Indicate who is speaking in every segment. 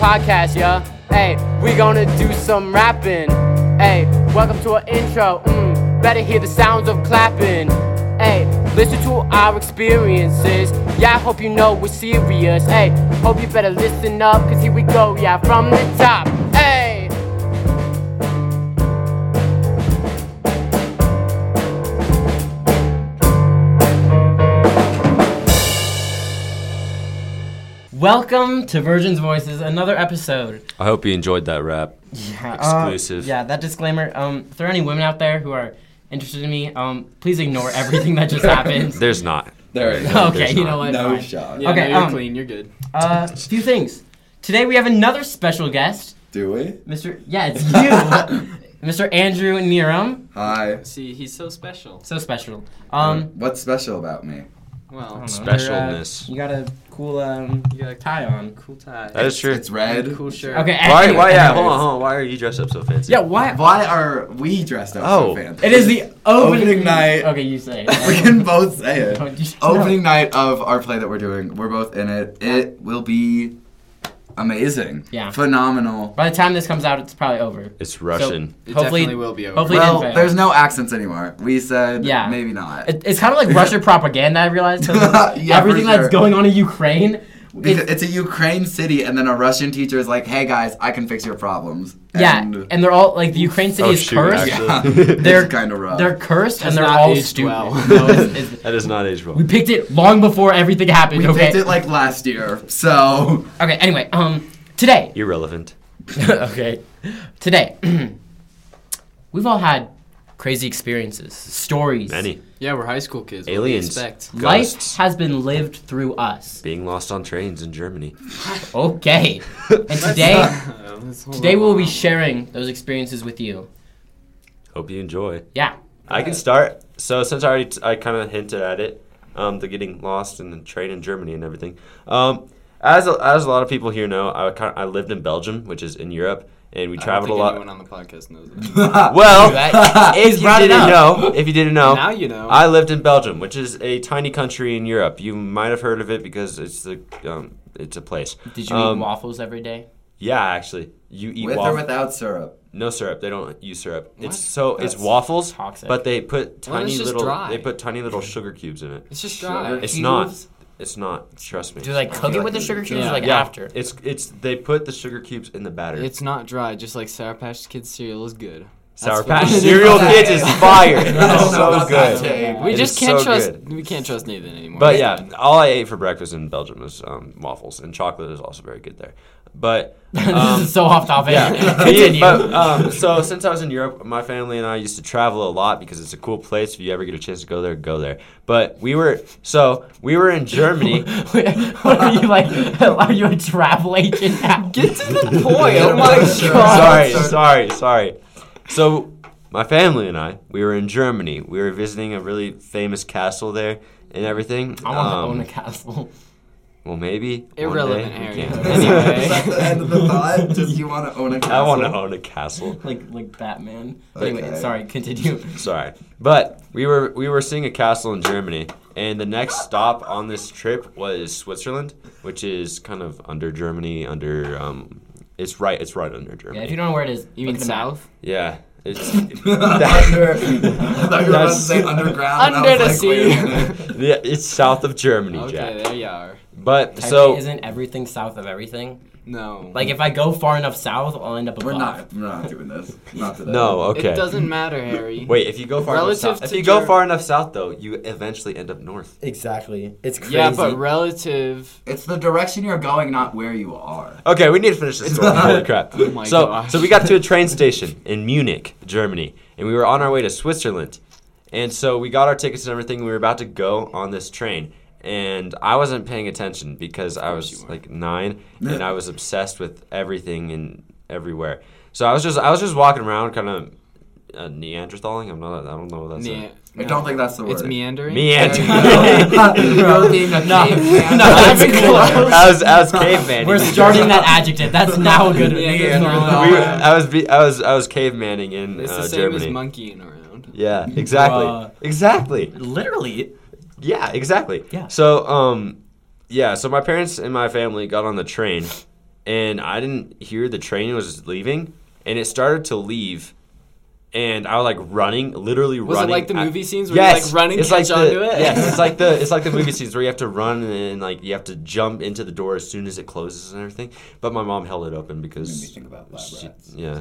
Speaker 1: podcast, yeah. Hey, we gonna do some rapping. Hey, welcome to our intro. Mm, better hear the sounds of clapping. Hey, listen to our experiences. Yeah, I hope you know we're serious. Hey, hope you better listen up, cause here we go, yeah, from the top. Hey!
Speaker 2: Welcome to Virgin's Voices, another episode.
Speaker 3: I hope you enjoyed that rap.
Speaker 2: Yeah,
Speaker 3: Exclusive.
Speaker 2: Uh, yeah, that disclaimer. Um, if there are any women out there who are interested in me, um, please ignore everything that just happened.
Speaker 3: There's not.
Speaker 4: There it is.
Speaker 3: No,
Speaker 2: okay,
Speaker 3: there's
Speaker 2: you
Speaker 3: not.
Speaker 2: know what?
Speaker 4: no
Speaker 2: fine.
Speaker 4: shot.
Speaker 5: Yeah,
Speaker 2: Okay,
Speaker 5: okay, you're
Speaker 2: um,
Speaker 5: clean. You're good.
Speaker 2: Uh, a few things. Today we have another special guest,
Speaker 4: Do we?
Speaker 2: Mr. Yeah, it's you, Mr. Andrew Neerum.
Speaker 4: Hi.
Speaker 5: See, he's so special.
Speaker 2: So special. Um,
Speaker 4: What's special about me?
Speaker 2: I
Speaker 5: Well,
Speaker 2: don't know,
Speaker 3: Specialness.
Speaker 2: you're, uh, you got a cool um,
Speaker 5: you got a
Speaker 2: tie on.
Speaker 5: cool tie.
Speaker 3: That is true.
Speaker 4: It's red.
Speaker 5: cool shirt.
Speaker 2: Okay.
Speaker 3: Why?
Speaker 2: anyway.
Speaker 3: Why? Yeah. Hold on. Hold on. Why are you dressed up so fancy?
Speaker 2: Yeah. Why?
Speaker 4: Why are we dressed up
Speaker 3: Oh.
Speaker 4: so fancy?
Speaker 2: It is the opening,
Speaker 4: Opening night.
Speaker 2: Okay, you say
Speaker 4: We
Speaker 2: it.
Speaker 4: can both say it.
Speaker 2: Don't Oh, you-
Speaker 4: Opening night of our play that we're doing. We're both in it. It will be amazing.
Speaker 2: Yeah.
Speaker 4: Phenomenal.
Speaker 2: By the time this comes out, it's probably over.
Speaker 3: It's Russian.
Speaker 5: It
Speaker 2: Hopefully-
Speaker 5: definitely will be over.
Speaker 2: hopefully- We didn't
Speaker 4: Well,
Speaker 2: fail.
Speaker 4: there's no accents anymore. We said
Speaker 2: Yeah.
Speaker 4: maybe not.
Speaker 2: It, it's kind of like Russia propaganda. I realized 'cause
Speaker 4: Yeah, for
Speaker 2: everything
Speaker 4: sure.
Speaker 2: that's going on in Ukraine.
Speaker 4: because
Speaker 2: It's,
Speaker 4: it's a Ukraine city, and then a Russian teacher is like, "Hey guys, I can fix your problems."
Speaker 2: yeah,
Speaker 4: And
Speaker 2: and they're all like the Ukraine city
Speaker 3: oh
Speaker 2: is
Speaker 3: shoot!
Speaker 2: cursed.
Speaker 3: Actually.
Speaker 2: They're-
Speaker 4: they're kind of rough.
Speaker 2: They're cursed and
Speaker 5: Has
Speaker 2: they're
Speaker 5: not
Speaker 2: all
Speaker 5: aged
Speaker 2: stupid.
Speaker 5: well.
Speaker 2: No, it's- it's-
Speaker 3: that is not age well.
Speaker 2: we picked it long before everything happened.
Speaker 4: we
Speaker 2: okay.
Speaker 4: picked it like last year, so
Speaker 2: okay. Anyway, um, today.
Speaker 3: Irrelevant.
Speaker 2: okay. Today, we've all had crazy experiences, stories.
Speaker 3: Many
Speaker 5: yeah, we're high school kids.
Speaker 3: aliens.
Speaker 5: What do you expect?
Speaker 2: Life
Speaker 3: Ghosts.
Speaker 2: has been lived through us.
Speaker 3: Being lost on trains in Germany.
Speaker 2: Okay. And today,
Speaker 5: Let's hold
Speaker 2: today
Speaker 5: on.
Speaker 2: we'll be sharing those experiences with you.
Speaker 3: Hope you enjoy.
Speaker 2: Yeah.
Speaker 3: I can start. So since I already t- I kind of hinted at it, um, the getting lost in the train in Germany and everything. Um, as a, as a lot of people here know, I kind I lived in Belgium, which is in Europe, and we
Speaker 5: I don't
Speaker 3: traveled a
Speaker 5: think
Speaker 3: lot.
Speaker 5: Anyone on the podcast knows that.
Speaker 3: Well,
Speaker 2: That-
Speaker 3: Ah, if
Speaker 2: He's
Speaker 3: you
Speaker 2: brought it
Speaker 3: didn't
Speaker 2: up.
Speaker 3: know, if you didn't know,
Speaker 5: Now you know.
Speaker 3: I lived in Belgium, which is a tiny country in Europe. You might have heard of it because it's the um, it's a place.
Speaker 2: Did you
Speaker 3: Um,
Speaker 2: eat waffles every day?
Speaker 3: Yeah, actually, you eat
Speaker 4: with
Speaker 3: waffles.
Speaker 4: or without syrup.
Speaker 3: No syrup. They don't use syrup. It's
Speaker 5: What?
Speaker 3: so it's
Speaker 4: That's
Speaker 3: waffles,
Speaker 2: toxic.
Speaker 3: but they put
Speaker 5: Well,
Speaker 3: tiny
Speaker 5: it's just
Speaker 3: little
Speaker 5: dry.
Speaker 3: they put tiny little sugar cubes in it.
Speaker 5: It's just dry.
Speaker 4: Sugar.
Speaker 3: It's not.
Speaker 4: Cubes?
Speaker 3: It's not. Trust me.
Speaker 2: Do they like cook it with the sugar cubes
Speaker 5: Yeah.
Speaker 2: or like
Speaker 3: yeah,
Speaker 2: after?
Speaker 3: It's it's they put the sugar cubes in the batter.
Speaker 5: It's not dry. Just like Sour Patch Kids cereal is good.
Speaker 3: Sour
Speaker 5: That's what
Speaker 3: Patch
Speaker 5: it is.
Speaker 3: cereal
Speaker 4: Yeah.
Speaker 3: kids is fire.
Speaker 4: I
Speaker 3: It's
Speaker 4: don't know
Speaker 3: so
Speaker 4: about that
Speaker 3: good.
Speaker 4: take.
Speaker 5: We
Speaker 3: It
Speaker 5: just
Speaker 3: is
Speaker 5: can't
Speaker 3: so
Speaker 5: trust.
Speaker 3: good.
Speaker 5: We can't trust Nathan anymore.
Speaker 3: But yeah, all I ate for breakfast in Belgium was um, waffles, and chocolate is also very good there. But
Speaker 2: this
Speaker 3: um,
Speaker 2: is so off topic.
Speaker 3: yeah, But yeah,
Speaker 2: Continue.
Speaker 3: but, um, so since I was in Europe, my family and I used to travel a lot because it's a cool place. If you ever get a chance to go there, go there. But we were so we were in Germany.
Speaker 2: what are you like? Are you a travel agent now? Get to the point.
Speaker 4: oh my
Speaker 3: sorry, sorry, sorry. So my family and I, we were in Germany. We were visiting a really famous castle there and everything.
Speaker 2: I want
Speaker 3: Um,
Speaker 2: to own a castle.
Speaker 3: Well, maybe one day
Speaker 5: Irrelevant,
Speaker 3: we
Speaker 5: Harry.
Speaker 3: can.
Speaker 5: Anyway.
Speaker 4: Is that the end of the thought? Just you want to own a
Speaker 3: I
Speaker 4: castle?
Speaker 3: want to own a castle.
Speaker 2: Like like Batman. But Anyway,
Speaker 4: Okay.
Speaker 2: sorry. Continue.
Speaker 3: Sorry, but we were we were seeing a castle in Germany, and the next stop on this trip was Switzerland, which is kind of under Germany, under um, it's right it's right under
Speaker 2: Yeah, if you
Speaker 3: Germany.
Speaker 2: don't know where it is,
Speaker 5: you
Speaker 2: look
Speaker 5: mean
Speaker 2: at a map.
Speaker 5: south?
Speaker 3: Yeah, it's
Speaker 4: Under, I thought you were about to say underground. and I
Speaker 5: Under
Speaker 4: was
Speaker 5: the
Speaker 4: like,
Speaker 5: sea.
Speaker 4: wait a minute.
Speaker 3: yeah, it's south of Germany,
Speaker 5: Okay,
Speaker 3: Jack.
Speaker 5: there you are.
Speaker 3: But
Speaker 2: Technically,
Speaker 3: so
Speaker 2: isn't everything south of everything?
Speaker 5: No.
Speaker 2: Like if I go far enough south, I'll end up above.
Speaker 4: We're not. We're not doing this. Not today.
Speaker 3: no, okay.
Speaker 5: It doesn't matter, Harry.
Speaker 3: Wait, if you go far enough
Speaker 5: Relative
Speaker 3: south,
Speaker 5: to
Speaker 3: if you go
Speaker 5: Ger-
Speaker 3: far enough south though, you eventually end up north.
Speaker 2: Exactly. It's crazy.
Speaker 5: Yeah, but relative.
Speaker 4: It's the direction you're going, not where you are.
Speaker 3: Okay, we need to finish this story. Holy crap!
Speaker 5: Oh my
Speaker 3: so,
Speaker 5: gosh.
Speaker 3: so we got to a train station in Munich, Germany, and we were on our way to Switzerland. And so we got our tickets and everything. and we were about to go on this train, and I wasn't paying attention because I
Speaker 5: course you
Speaker 3: was
Speaker 5: weren't.
Speaker 3: like nine, and I was obsessed with everything and everywhere. So I was just I was just walking around, kind of uh, Neanderthaling. I'm not. I don't know what that's.
Speaker 5: Mea-
Speaker 4: I don't think that's the word.
Speaker 5: it's meandering.
Speaker 3: Meandering.
Speaker 4: You're being a
Speaker 2: No.
Speaker 4: caveman.
Speaker 2: No, that's close.
Speaker 3: I was I was caveman.
Speaker 2: We're starting that adjective. That's now a good.
Speaker 4: Neanderthal.
Speaker 3: We, I was be, I was I was cavemaning in
Speaker 5: It's
Speaker 3: uh,
Speaker 5: the same
Speaker 3: Germany.
Speaker 5: as monkeying around.
Speaker 3: Yeah, exactly.
Speaker 2: Bruh.
Speaker 3: Exactly.
Speaker 2: Literally.
Speaker 3: Yeah, exactly.
Speaker 2: Yeah.
Speaker 3: So, um, yeah, so my parents and my family got on the train, and I didn't hear the train was leaving, and it started to leave, and I was like running, literally
Speaker 5: Was it
Speaker 3: running.
Speaker 5: like the
Speaker 3: at-
Speaker 5: movie scenes where you, like, run and catch
Speaker 3: the,
Speaker 5: onto it?
Speaker 3: Yes, it's like the it's like the movie scenes where you have to run and, then, like you have to jump into the door as soon as it closes and everything. But my mom held it open
Speaker 4: Made me
Speaker 3: because
Speaker 4: think about lab
Speaker 3: she-
Speaker 4: rats.
Speaker 3: yeah.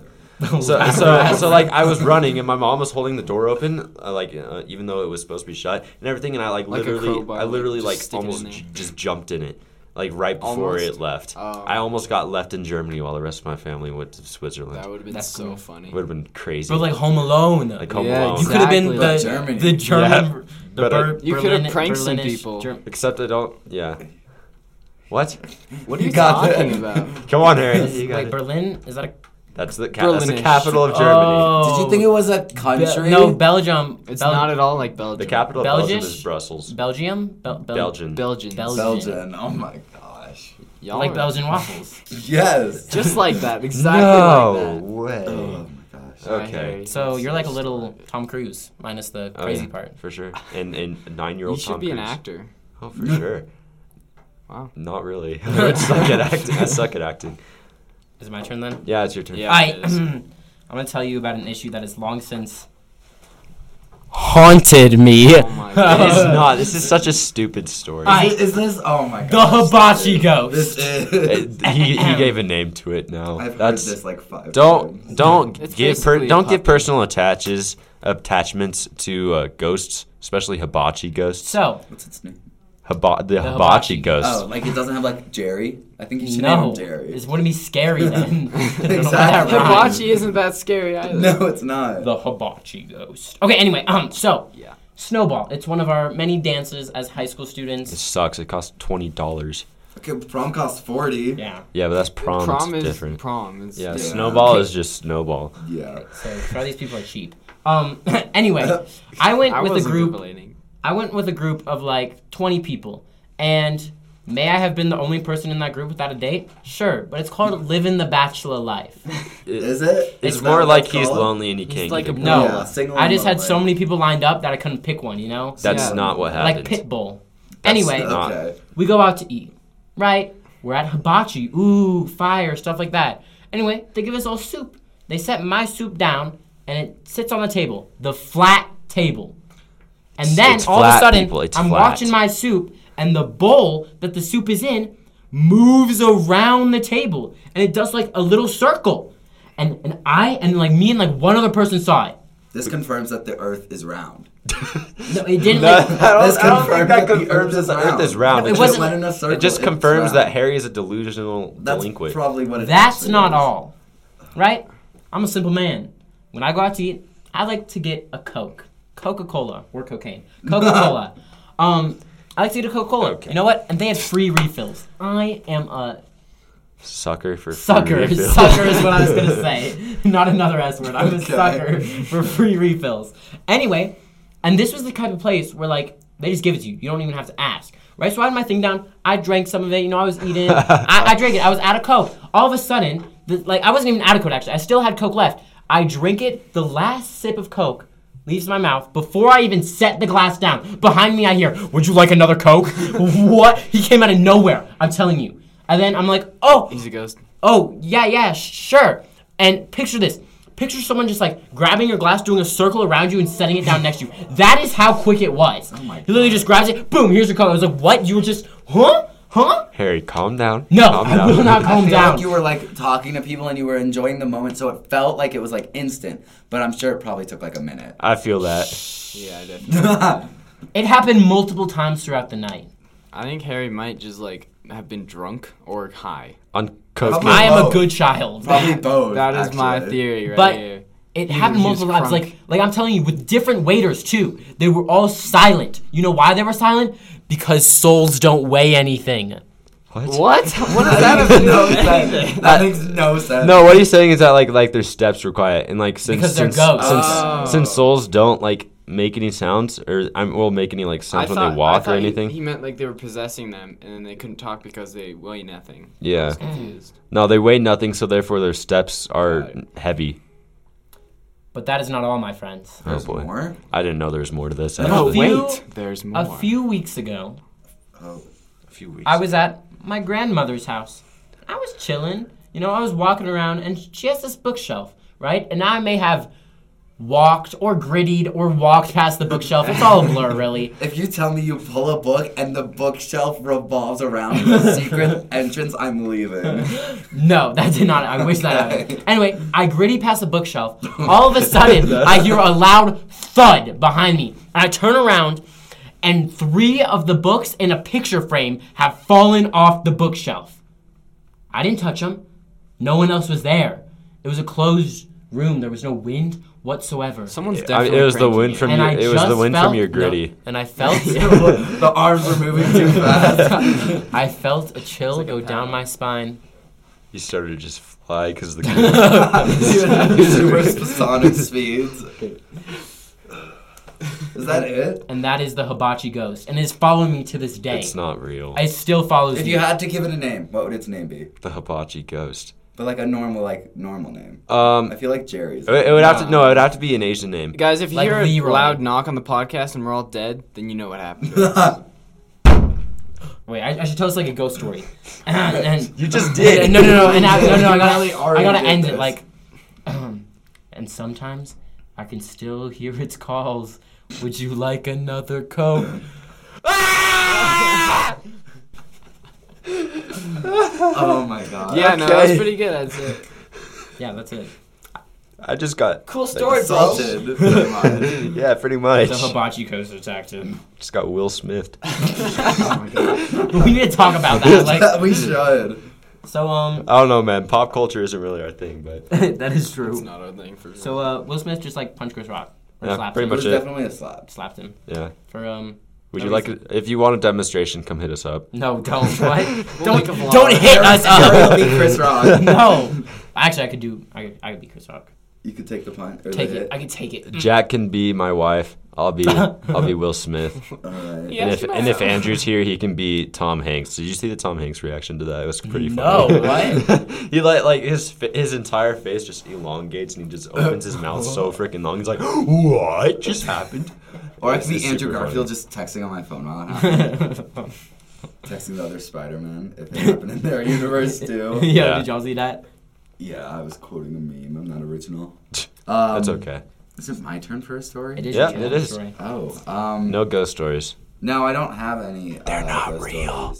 Speaker 3: So, so, so like I was running and my mom was holding the door open, uh, like uh, even though it was supposed to be shut and everything, and I like,
Speaker 5: Like a
Speaker 3: literally,
Speaker 5: crowbar,
Speaker 3: I
Speaker 5: like,
Speaker 3: literally
Speaker 5: just
Speaker 3: like
Speaker 5: stick it in
Speaker 3: almost
Speaker 5: there.
Speaker 3: j- just jumped in it, like right before
Speaker 5: Almost?
Speaker 3: it left.
Speaker 5: Oh.
Speaker 3: I almost got left in Germany while the rest of my family went to Switzerland.
Speaker 5: That would have been
Speaker 2: That's
Speaker 5: so
Speaker 2: cool.
Speaker 5: funny.
Speaker 3: Would have been crazy.
Speaker 2: Bro, like Home Alone.
Speaker 3: Like Home
Speaker 5: Yeah,
Speaker 3: Alone.
Speaker 2: You could have been the
Speaker 5: Exactly.
Speaker 4: Germany.
Speaker 2: the German.
Speaker 3: Yeah.
Speaker 2: The
Speaker 3: Better.
Speaker 2: Ber-
Speaker 5: You coulda
Speaker 2: Berlin-
Speaker 5: pranked some
Speaker 2: Berlinish
Speaker 5: people.
Speaker 2: Germ-
Speaker 3: Except I don't. Yeah. What?
Speaker 5: What are
Speaker 4: You
Speaker 5: you,
Speaker 4: got that.
Speaker 5: talking about?
Speaker 3: Come on, Harry. You got
Speaker 2: Wait,
Speaker 3: it.
Speaker 2: Berlin is that a
Speaker 3: that's the ca- that's the
Speaker 5: Berlinish.
Speaker 3: capital of Germany.
Speaker 2: Oh.
Speaker 4: Did you think it was a
Speaker 2: Be-
Speaker 4: country?
Speaker 2: no, Belgium.
Speaker 5: It's
Speaker 2: Bel-
Speaker 5: not at all like Belgium.
Speaker 3: The capital of Belgium is
Speaker 2: Belgish?
Speaker 3: Brussels.
Speaker 2: Belgium. Bel- Bel-
Speaker 3: Belgian.
Speaker 5: Belgians.
Speaker 2: Belgium.
Speaker 4: Belgium. Oh my gosh.
Speaker 5: Y'all
Speaker 2: Like
Speaker 5: are-
Speaker 2: Belgian waffles.
Speaker 4: Yes.
Speaker 5: Just like that. Exactly
Speaker 3: no
Speaker 5: like that.
Speaker 3: way.
Speaker 4: Oh my gosh.
Speaker 5: Sorry,
Speaker 3: Okay.
Speaker 5: Harry.
Speaker 2: So
Speaker 5: That's
Speaker 2: you're like a
Speaker 5: so
Speaker 2: little
Speaker 5: sorry.
Speaker 2: Tom Cruise minus the
Speaker 3: Oh,
Speaker 2: crazy
Speaker 3: yeah,
Speaker 2: part.
Speaker 3: for sure. And and nine year
Speaker 5: You
Speaker 3: old.
Speaker 5: should be an actor.
Speaker 3: Oh, for sure.
Speaker 5: Wow.
Speaker 3: Not really. I would suck at acting. I suck at acting.
Speaker 2: Is it my turn then?
Speaker 3: Yeah, it's your turn.
Speaker 5: Yeah.
Speaker 2: I
Speaker 5: it is.
Speaker 2: I'm gonna tell you about an issue that has long since haunted me.
Speaker 5: Oh my God.
Speaker 3: It's not. This is such a stupid story.
Speaker 2: I-
Speaker 4: Is, is this? Oh my
Speaker 2: the
Speaker 4: gosh.
Speaker 2: hibachi
Speaker 4: This
Speaker 2: ghost.
Speaker 4: is.
Speaker 3: Uh, he, he gave a name to it. No,
Speaker 4: I've heard
Speaker 3: that's
Speaker 4: this like five.
Speaker 3: don't
Speaker 4: times.
Speaker 3: don't
Speaker 5: It's
Speaker 3: give per,
Speaker 5: basically a
Speaker 3: don't give
Speaker 5: puppet.
Speaker 3: personal attaches attachments to uh, ghosts, especially hibachi ghosts.
Speaker 2: So
Speaker 4: What's its name?
Speaker 3: Hiba- the,
Speaker 2: hibachi.
Speaker 3: hibachi, ghost.
Speaker 4: Oh, like it doesn't have like Jerry. I think you should name
Speaker 2: no,
Speaker 4: him Jerry.
Speaker 2: this wouldn't be scary then. I don't know why that
Speaker 4: Exactly.
Speaker 2: rhymed.
Speaker 5: Hibachi isn't that scary either.
Speaker 4: no, it's not.
Speaker 2: The hibachi ghost. Okay, anyway, um, so
Speaker 5: Yeah.
Speaker 2: snowball. It's one of our many dances as high school students.
Speaker 3: It sucks. It costs twenty dollars.
Speaker 4: Okay, prom costs forty.
Speaker 2: yeah.
Speaker 3: Yeah, but that's prom.
Speaker 5: Prom
Speaker 3: it's
Speaker 5: is
Speaker 3: different.
Speaker 5: prom. It's
Speaker 3: yeah,
Speaker 4: yeah.
Speaker 3: snowball is just snowball.
Speaker 4: Yeah.
Speaker 2: So sorry, these people are cheap. Um, anyway, I went
Speaker 5: I
Speaker 2: with a
Speaker 5: wasn't
Speaker 2: group.
Speaker 5: complaining.
Speaker 2: I went with a group of like 20 people, and may I have been the only person in that group without a date? Sure, but it's called living the bachelor life.
Speaker 4: Is it?
Speaker 3: It's
Speaker 4: Is that
Speaker 3: more
Speaker 4: what
Speaker 3: like
Speaker 4: that's
Speaker 3: he's
Speaker 4: called?
Speaker 3: lonely and he can't.
Speaker 5: like
Speaker 3: get
Speaker 5: a-
Speaker 3: a,
Speaker 2: No,
Speaker 4: Yeah, single
Speaker 2: I just had
Speaker 4: lonely.
Speaker 2: so many people lined up that I couldn't pick one. You know,
Speaker 3: that's
Speaker 5: Yeah.
Speaker 3: not what
Speaker 2: like
Speaker 3: happened.
Speaker 2: Pitbull.
Speaker 3: That's
Speaker 2: Anyway,
Speaker 3: not-
Speaker 4: Okay.
Speaker 2: we go out to eat, right? We're at hibachi, ooh, fire, stuff like that. Anyway, they give us all soup. They set my soup down, and it sits on the table, the flat table. And then
Speaker 3: it's
Speaker 2: all of a
Speaker 3: flat,
Speaker 2: sudden,
Speaker 3: people, it's
Speaker 2: I'm
Speaker 3: flat.
Speaker 2: watching my soup, and the bowl that the soup is in moves around the table, and it does like a little circle. And, and I and like me and like one other person saw it.
Speaker 4: This confirms that the Earth is round.
Speaker 2: No, it didn't.
Speaker 3: No, I
Speaker 2: like,
Speaker 3: don't, I
Speaker 4: This
Speaker 3: don't think
Speaker 4: confirmed
Speaker 3: that
Speaker 4: that the
Speaker 3: confirms that the Earth is round.
Speaker 2: It
Speaker 3: It,
Speaker 2: wasn't-
Speaker 3: just,
Speaker 4: went in a circle,
Speaker 3: it just
Speaker 4: it's
Speaker 3: confirms
Speaker 4: round.
Speaker 3: that Harry is a delusional
Speaker 4: That's
Speaker 3: delinquent.
Speaker 4: probably what it
Speaker 2: That's
Speaker 4: actually
Speaker 2: not
Speaker 4: is.
Speaker 2: all, right? I'm a simple man. When I go out to eat, I like to get a Coke, Coca Cola, or cocaine, Coca Cola. um, I like to get a Coca Cola.
Speaker 3: Okay.
Speaker 2: You know what? And they had free refills. I am a
Speaker 3: Sucker for free
Speaker 2: sucker.
Speaker 3: refill.
Speaker 2: Sucker is what I was gonna say. Not another S word. I'm a
Speaker 4: Okay.
Speaker 2: sucker for free refills. Anyway, and this was the type of place where like they just give it to you. You don't even have to ask. Right? So I had my thing down. I drank some of it. You know, I was eating. I, I drank it. I was out of Coke. All of a sudden, the, like I wasn't even out of Coke actually. I still had Coke left. I drink it. The last sip of Coke leaves my mouth before I even set the glass down. Behind me, I hear, "Would you like another Coke?" what? He came out of nowhere. I'm telling you. And then I'm like, "Oh,
Speaker 5: He's a ghost.
Speaker 2: oh yeah yeah sh- sure and picture this picture someone just like grabbing your glass doing a circle around you and setting it down next to you that is how quick it was oh
Speaker 4: my
Speaker 2: he literally just grabs it boom here's your coke i was like what you were just huh huh
Speaker 3: Harry, calm down.
Speaker 2: no
Speaker 3: calm
Speaker 2: i will not
Speaker 4: I
Speaker 2: calm
Speaker 4: feel
Speaker 2: down
Speaker 4: like you were like talking to people and you were enjoying the moment, so it felt like it was like instant. But I'm sure it probably took like a minute.
Speaker 3: I feel that.
Speaker 5: Yeah, definitely.
Speaker 2: it happened multiple times throughout the night
Speaker 5: I think Harry might just like have been drunk or high.
Speaker 3: On cocaine.
Speaker 4: Probably-
Speaker 2: i am a
Speaker 4: Whoa.
Speaker 2: good child
Speaker 4: probably both.
Speaker 5: That is my
Speaker 4: actually.
Speaker 5: theory right
Speaker 2: But-
Speaker 5: here.
Speaker 2: It
Speaker 5: You
Speaker 2: happened
Speaker 5: was
Speaker 2: multiple times.
Speaker 5: crunk.
Speaker 2: Like, like I'm telling you, with different waiters too. They were all silent. You know why they were silent? Because souls don't weigh anything.
Speaker 3: What?
Speaker 5: What? What is
Speaker 4: That
Speaker 5: that?
Speaker 4: makes no sense. That makes no sense.
Speaker 3: No, what he's saying is that like like their steps were quiet and like since
Speaker 2: Because they're
Speaker 3: since,
Speaker 2: ghosts.
Speaker 3: since,
Speaker 5: Oh.
Speaker 3: since souls don't like make any sounds or I will make any like
Speaker 5: I
Speaker 3: sounds when
Speaker 5: thought-
Speaker 3: they
Speaker 5: I
Speaker 3: walk or
Speaker 5: thought he-
Speaker 3: anything.
Speaker 5: He, meant like they were possessing them, and then they couldn't talk because they weigh nothing. I
Speaker 3: yeah.
Speaker 5: was confused.
Speaker 3: No, they weigh nothing, so therefore their steps are
Speaker 5: Got
Speaker 3: heavy.
Speaker 2: But that is not all, my friends.
Speaker 4: There's
Speaker 3: oh boy,
Speaker 4: more?
Speaker 3: I didn't know there was more to this.
Speaker 2: No,
Speaker 3: Actually.
Speaker 2: we- few-
Speaker 5: there's more.
Speaker 2: A few weeks ago,
Speaker 4: Oh.
Speaker 3: a few weeks.
Speaker 2: I was at my grandmother's house. I was chilling. You know, I was walking around, and she has this bookshelf, right? And I may have walked or grittied or walked past the bookshelf. It's all a blur, really.
Speaker 4: If you tell me you pull a book and the bookshelf revolves around the secret entrance, I'm leaving.
Speaker 2: No, that did not. I wish that happened. Anyway, I gritty past the bookshelf. All of a sudden, I hear a loud thud behind me. And I turn around, and three of the books in a picture frame have fallen off the bookshelf. I didn't touch them. No one else was there. It was a closed room. There was no wind whatsoever.
Speaker 5: Someone's
Speaker 3: I mean,
Speaker 5: definitely.
Speaker 3: it was the
Speaker 5: cranky.
Speaker 3: wind from
Speaker 2: and
Speaker 3: your,
Speaker 2: I
Speaker 3: it was
Speaker 2: just
Speaker 3: the wind
Speaker 2: felt,
Speaker 3: from your
Speaker 2: no,
Speaker 3: gritty.
Speaker 2: and I felt
Speaker 4: the arms were moving too fast.
Speaker 2: I felt a chill go down my spine.
Speaker 3: You started to just fly because the gritty.
Speaker 4: Supersonic speeds. Is that it?
Speaker 2: And that is the hibachi ghost. And it's following me to this day.
Speaker 3: it's not real.
Speaker 2: It still follows
Speaker 4: If
Speaker 2: me.
Speaker 4: you had to give it a name, what would its name be?
Speaker 3: the hibachi ghost.
Speaker 4: But like a normal, like normal name.
Speaker 3: Um,
Speaker 4: I feel like Jerry's.
Speaker 3: it, it would have to
Speaker 5: Nah.
Speaker 3: no, it would have to be an Asian name.
Speaker 5: Guys, if you
Speaker 2: Like
Speaker 5: hear a
Speaker 2: Leroy.
Speaker 5: loud knock on the podcast and we're all dead, then you know what happened. to us.
Speaker 4: That's
Speaker 2: Wait, I, I should tell us like a ghost story. and,
Speaker 3: You just
Speaker 2: and- no, no, no, and I, no, no, I
Speaker 4: You
Speaker 2: gotta,
Speaker 4: really
Speaker 2: I
Speaker 4: already
Speaker 2: gotta
Speaker 4: did
Speaker 2: end it
Speaker 4: this.
Speaker 2: like. um, and sometimes I can still hear its calls. Would you like another coke?
Speaker 4: oh my god.
Speaker 5: yeah, no, that was
Speaker 3: Okay.
Speaker 5: pretty good. That's it.
Speaker 2: yeah, that's it.
Speaker 3: I just got
Speaker 2: Cool
Speaker 3: like,
Speaker 2: story, bro.
Speaker 4: Assaulted.
Speaker 2: Oh
Speaker 4: Never mind.
Speaker 3: Yeah, pretty much.
Speaker 2: The hibachi ghost attacked him.
Speaker 3: Just got Will Smith.
Speaker 5: Oh
Speaker 2: we need to talk about that. Like,
Speaker 4: Oh we should.
Speaker 2: so um,
Speaker 3: I don't know, man. Pop culture isn't really our thing, but
Speaker 2: that is
Speaker 5: It's
Speaker 2: true.
Speaker 5: not our thing for
Speaker 2: So uh, Will Smith just like punched Chris Rock. Or
Speaker 3: Yeah,
Speaker 2: slapped
Speaker 3: pretty
Speaker 2: him.
Speaker 4: It was
Speaker 3: much it.
Speaker 4: definitely a slap.
Speaker 2: Slapped him
Speaker 3: yeah.
Speaker 2: for um.
Speaker 3: Would
Speaker 2: No
Speaker 3: you like a, if you want a demonstration, come hit us up.
Speaker 2: No, don't what? don't
Speaker 5: make a vlog.
Speaker 2: don't hit us
Speaker 4: Jerry will
Speaker 2: up.
Speaker 4: be Chris Rock.
Speaker 2: no, actually, I could do. I could, I could be Chris Rock.
Speaker 4: You could take the punt. Or
Speaker 2: Take
Speaker 4: the
Speaker 2: it.
Speaker 4: hit.
Speaker 2: I could take it.
Speaker 3: Jack can be my wife. I'll be I'll be Will Smith.
Speaker 4: All right.
Speaker 5: Yeah.
Speaker 3: and if and if Andrew's here, he can be Tom Hanks. Did you see the Tom Hanks reaction to that? It was pretty
Speaker 2: No,
Speaker 3: funny.
Speaker 2: what?
Speaker 3: he like like his fa- his entire face just elongates and he just opens his mouth so freaking long. He's like, "What just happened?"
Speaker 4: Or I could
Speaker 3: This is
Speaker 4: be Andrew
Speaker 3: super
Speaker 4: Garfield just texting on my phone while it happened. texting the other Spider-Man if it happened in their universe
Speaker 2: Yo,
Speaker 4: too.
Speaker 2: yeah. did y'all see that?
Speaker 4: yeah, I was quoting a meme. I'm not original. Um,
Speaker 3: That's okay.
Speaker 4: Is it my turn for a story?
Speaker 2: It is.
Speaker 3: Yeah,
Speaker 2: your
Speaker 3: it
Speaker 2: channel,
Speaker 3: is.
Speaker 2: sorry.
Speaker 4: Oh, um, no.
Speaker 3: No ghost stories.
Speaker 4: I don't have any. uh, They're
Speaker 3: not real.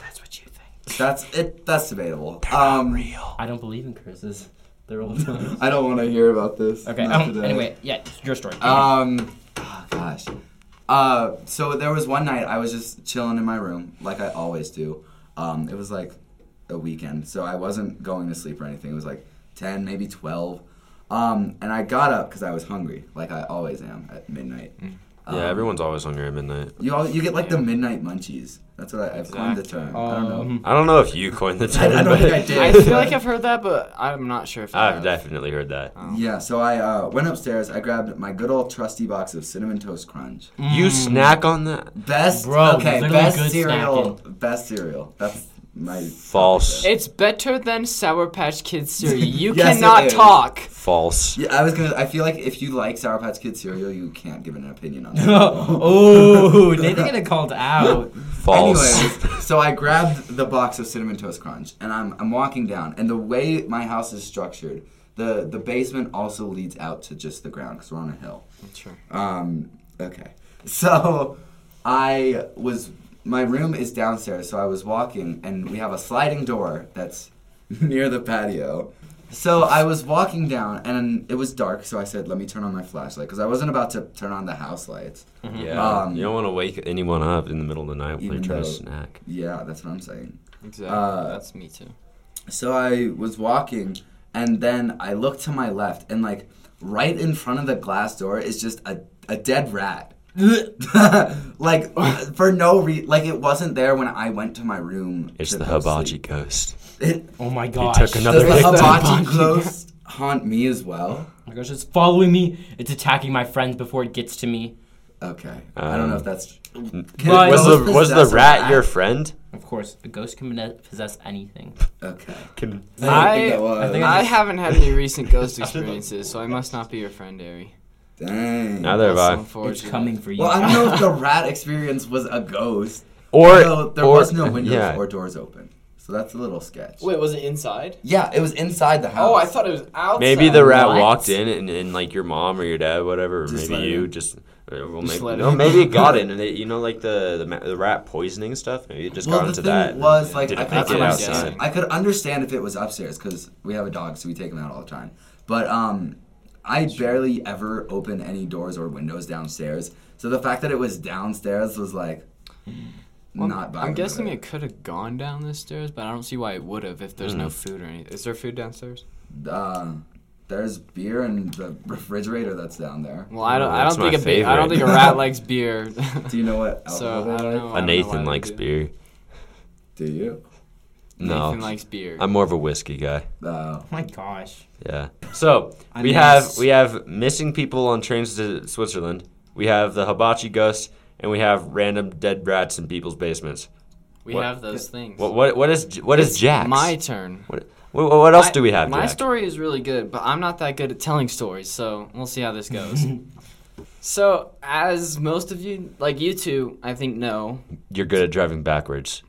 Speaker 2: That's what you think.
Speaker 4: That's it. That's debatable. um,
Speaker 2: I don't believe in curses. They're all the time.
Speaker 4: I don't want to hear about this.
Speaker 2: Okay.
Speaker 4: Not
Speaker 2: Um,
Speaker 4: today.
Speaker 2: anyway, yeah, your story.
Speaker 4: Um, oh gosh. Uh, so there was one night I was just chilling in my room, like I always do. Um, it was like a weekend, so I wasn't going to sleep or anything. It was like 10, maybe 12. Um, and I got up because I was hungry, like I always am at midnight.
Speaker 2: Mm.
Speaker 4: Um,
Speaker 3: Yeah, everyone's always hungry at midnight.
Speaker 4: You all, you get like the midnight munchies. That's what I, I've coined the term. I don't
Speaker 2: Um,
Speaker 4: know.
Speaker 3: I don't know if you coined the term.
Speaker 4: I don't think I
Speaker 3: but
Speaker 4: did.
Speaker 5: I feel like I've heard that, but I'm not sure if I
Speaker 3: I've
Speaker 5: have.
Speaker 3: definitely heard Ah, that.
Speaker 4: Yeah, so I uh, went upstairs. I grabbed my good old trusty box of cinnamon toast crunch.
Speaker 3: You snack on that?
Speaker 4: Best
Speaker 2: Mm. Bro,
Speaker 4: okay,
Speaker 2: literally
Speaker 4: best
Speaker 2: good
Speaker 4: cereal, best cereal. That's my
Speaker 3: False.
Speaker 5: It's better than Sour Patch Kids cereal. You
Speaker 4: Yes, it
Speaker 5: cannot
Speaker 4: is.
Speaker 5: talk.
Speaker 3: False.
Speaker 4: Yeah, I was gonna. I feel like if you like Sour Patch Kids cereal, you can't give an opinion on that.
Speaker 2: oh, Nathan getting called out.
Speaker 3: False.
Speaker 4: Anyways, so I grabbed the box of cinnamon toast crunch, and I'm I'm walking down, and the way my house is structured, the the basement also leads out to just the ground because we're on a hill.
Speaker 5: Sure.
Speaker 4: Um, okay. So I was my room is downstairs, so I was walking and we have a sliding door that's near the patio. So I was walking down and it was dark, so I said, "Let me turn on my flashlight" because I wasn't about to turn on the house lights.
Speaker 3: Yeah.
Speaker 4: Um,
Speaker 3: you don't want to wake anyone up in the middle of the night while
Speaker 4: Even
Speaker 3: they're trying to
Speaker 4: though-
Speaker 3: snack.
Speaker 4: Yeah, that's what I'm saying.
Speaker 5: Exactly.
Speaker 4: Uh,
Speaker 5: That's me too.
Speaker 4: So I was walking and then I looked to my left and like right in front of the glass door is just a, a dead rat. like for no reason like it wasn't there when I went to my room.
Speaker 3: It's
Speaker 4: to
Speaker 3: the
Speaker 4: go to
Speaker 3: hibachi
Speaker 4: sleep.
Speaker 3: ghost.
Speaker 4: It,
Speaker 2: Oh my
Speaker 3: He
Speaker 2: gosh.
Speaker 3: took
Speaker 4: does
Speaker 3: another
Speaker 4: the
Speaker 3: victim.
Speaker 4: hibachi ghost haunt me as well?
Speaker 2: Oh my gosh, it's following me. It's attacking my friends before it gets to me.
Speaker 4: Okay. I don't know
Speaker 3: Um,
Speaker 4: if that's
Speaker 2: But-
Speaker 3: Was
Speaker 4: Ghost
Speaker 3: the was the
Speaker 4: possess a
Speaker 3: rat your friend?
Speaker 2: Of course, a ghost can possess- possess anything.
Speaker 4: Okay.
Speaker 3: Can,
Speaker 4: I don't think that was.
Speaker 5: I,
Speaker 2: I think
Speaker 5: I
Speaker 2: just-
Speaker 5: haven't had any recent ghost experiences, so I must not be your friend, Ari.
Speaker 4: Dang.
Speaker 3: neither have
Speaker 5: That's
Speaker 3: I.
Speaker 2: It's
Speaker 5: unfortunate.
Speaker 2: coming for you.
Speaker 4: Well, I don't know if the rat experience was a ghost.
Speaker 3: Or
Speaker 4: Although there
Speaker 3: or,
Speaker 4: was no windows
Speaker 3: yeah.
Speaker 4: or doors open. So that's a little sketch.
Speaker 5: Wait, was it inside?
Speaker 4: Yeah, it was inside the house.
Speaker 5: Oh, I thought it was outside.
Speaker 3: Maybe the rat
Speaker 2: What?
Speaker 3: walked in and, and like your mom or your dad, whatever, or
Speaker 4: Just let
Speaker 3: maybe
Speaker 4: it
Speaker 3: you
Speaker 4: in.
Speaker 3: just. uh, Well,
Speaker 5: Just
Speaker 3: maybe,
Speaker 5: let it
Speaker 3: no,
Speaker 5: in.
Speaker 3: maybe it got in, and they, you know, like the, the ma- the rat poisoning stuff. Maybe it just
Speaker 4: well,
Speaker 3: got
Speaker 4: the
Speaker 3: into
Speaker 4: thing
Speaker 3: that.
Speaker 4: was like
Speaker 3: didn't
Speaker 4: I
Speaker 3: make
Speaker 4: could,
Speaker 3: it
Speaker 5: I'm
Speaker 3: outside.
Speaker 5: guessing.
Speaker 4: I could understand if it was upstairs because we have a dog, so we take him out all the time. But um, I barely ever open any doors or windows downstairs, so the fact that it was downstairs was like not. uh,
Speaker 5: I'm
Speaker 4: vibing
Speaker 5: guessing
Speaker 4: with
Speaker 5: it could have gone down the stairs, but I don't see why it would have if there's no
Speaker 3: Hmm.
Speaker 5: food or anything. Is there food downstairs?
Speaker 4: Uh, there's beer in the refrigerator that's down there.
Speaker 5: Well, I don't. I
Speaker 3: that's
Speaker 5: don't think
Speaker 3: my
Speaker 5: a be- I don't
Speaker 3: favorite.
Speaker 5: think a rat likes beer.
Speaker 4: Do you know what
Speaker 5: so
Speaker 4: alcohol
Speaker 5: I
Speaker 4: they
Speaker 3: A
Speaker 4: like?
Speaker 5: don't know. I don't know why
Speaker 3: Nathan
Speaker 5: they
Speaker 3: likes
Speaker 5: do.
Speaker 3: beer.
Speaker 4: Do you?
Speaker 3: No,
Speaker 5: Nathan likes beer.
Speaker 3: I'm more of a whiskey guy.
Speaker 4: Uh,
Speaker 2: Oh my gosh.
Speaker 3: Yeah. So
Speaker 4: I
Speaker 3: we
Speaker 4: mean,
Speaker 3: have
Speaker 4: it's-
Speaker 3: we have missing people on trains to Switzerland. We have the hibachi ghost, and we have random dead rats in people's basements.
Speaker 5: we
Speaker 3: What-
Speaker 5: have those things.
Speaker 3: What what what is what is Jack's?
Speaker 5: My turn.
Speaker 3: what, what what else
Speaker 5: I-
Speaker 3: do we have?
Speaker 5: My
Speaker 3: Jack?
Speaker 5: story is really good, but I'm not that good at telling stories, so we'll see how this goes. so, as most of you, like you two, I think know,
Speaker 3: You're good at driving backwards,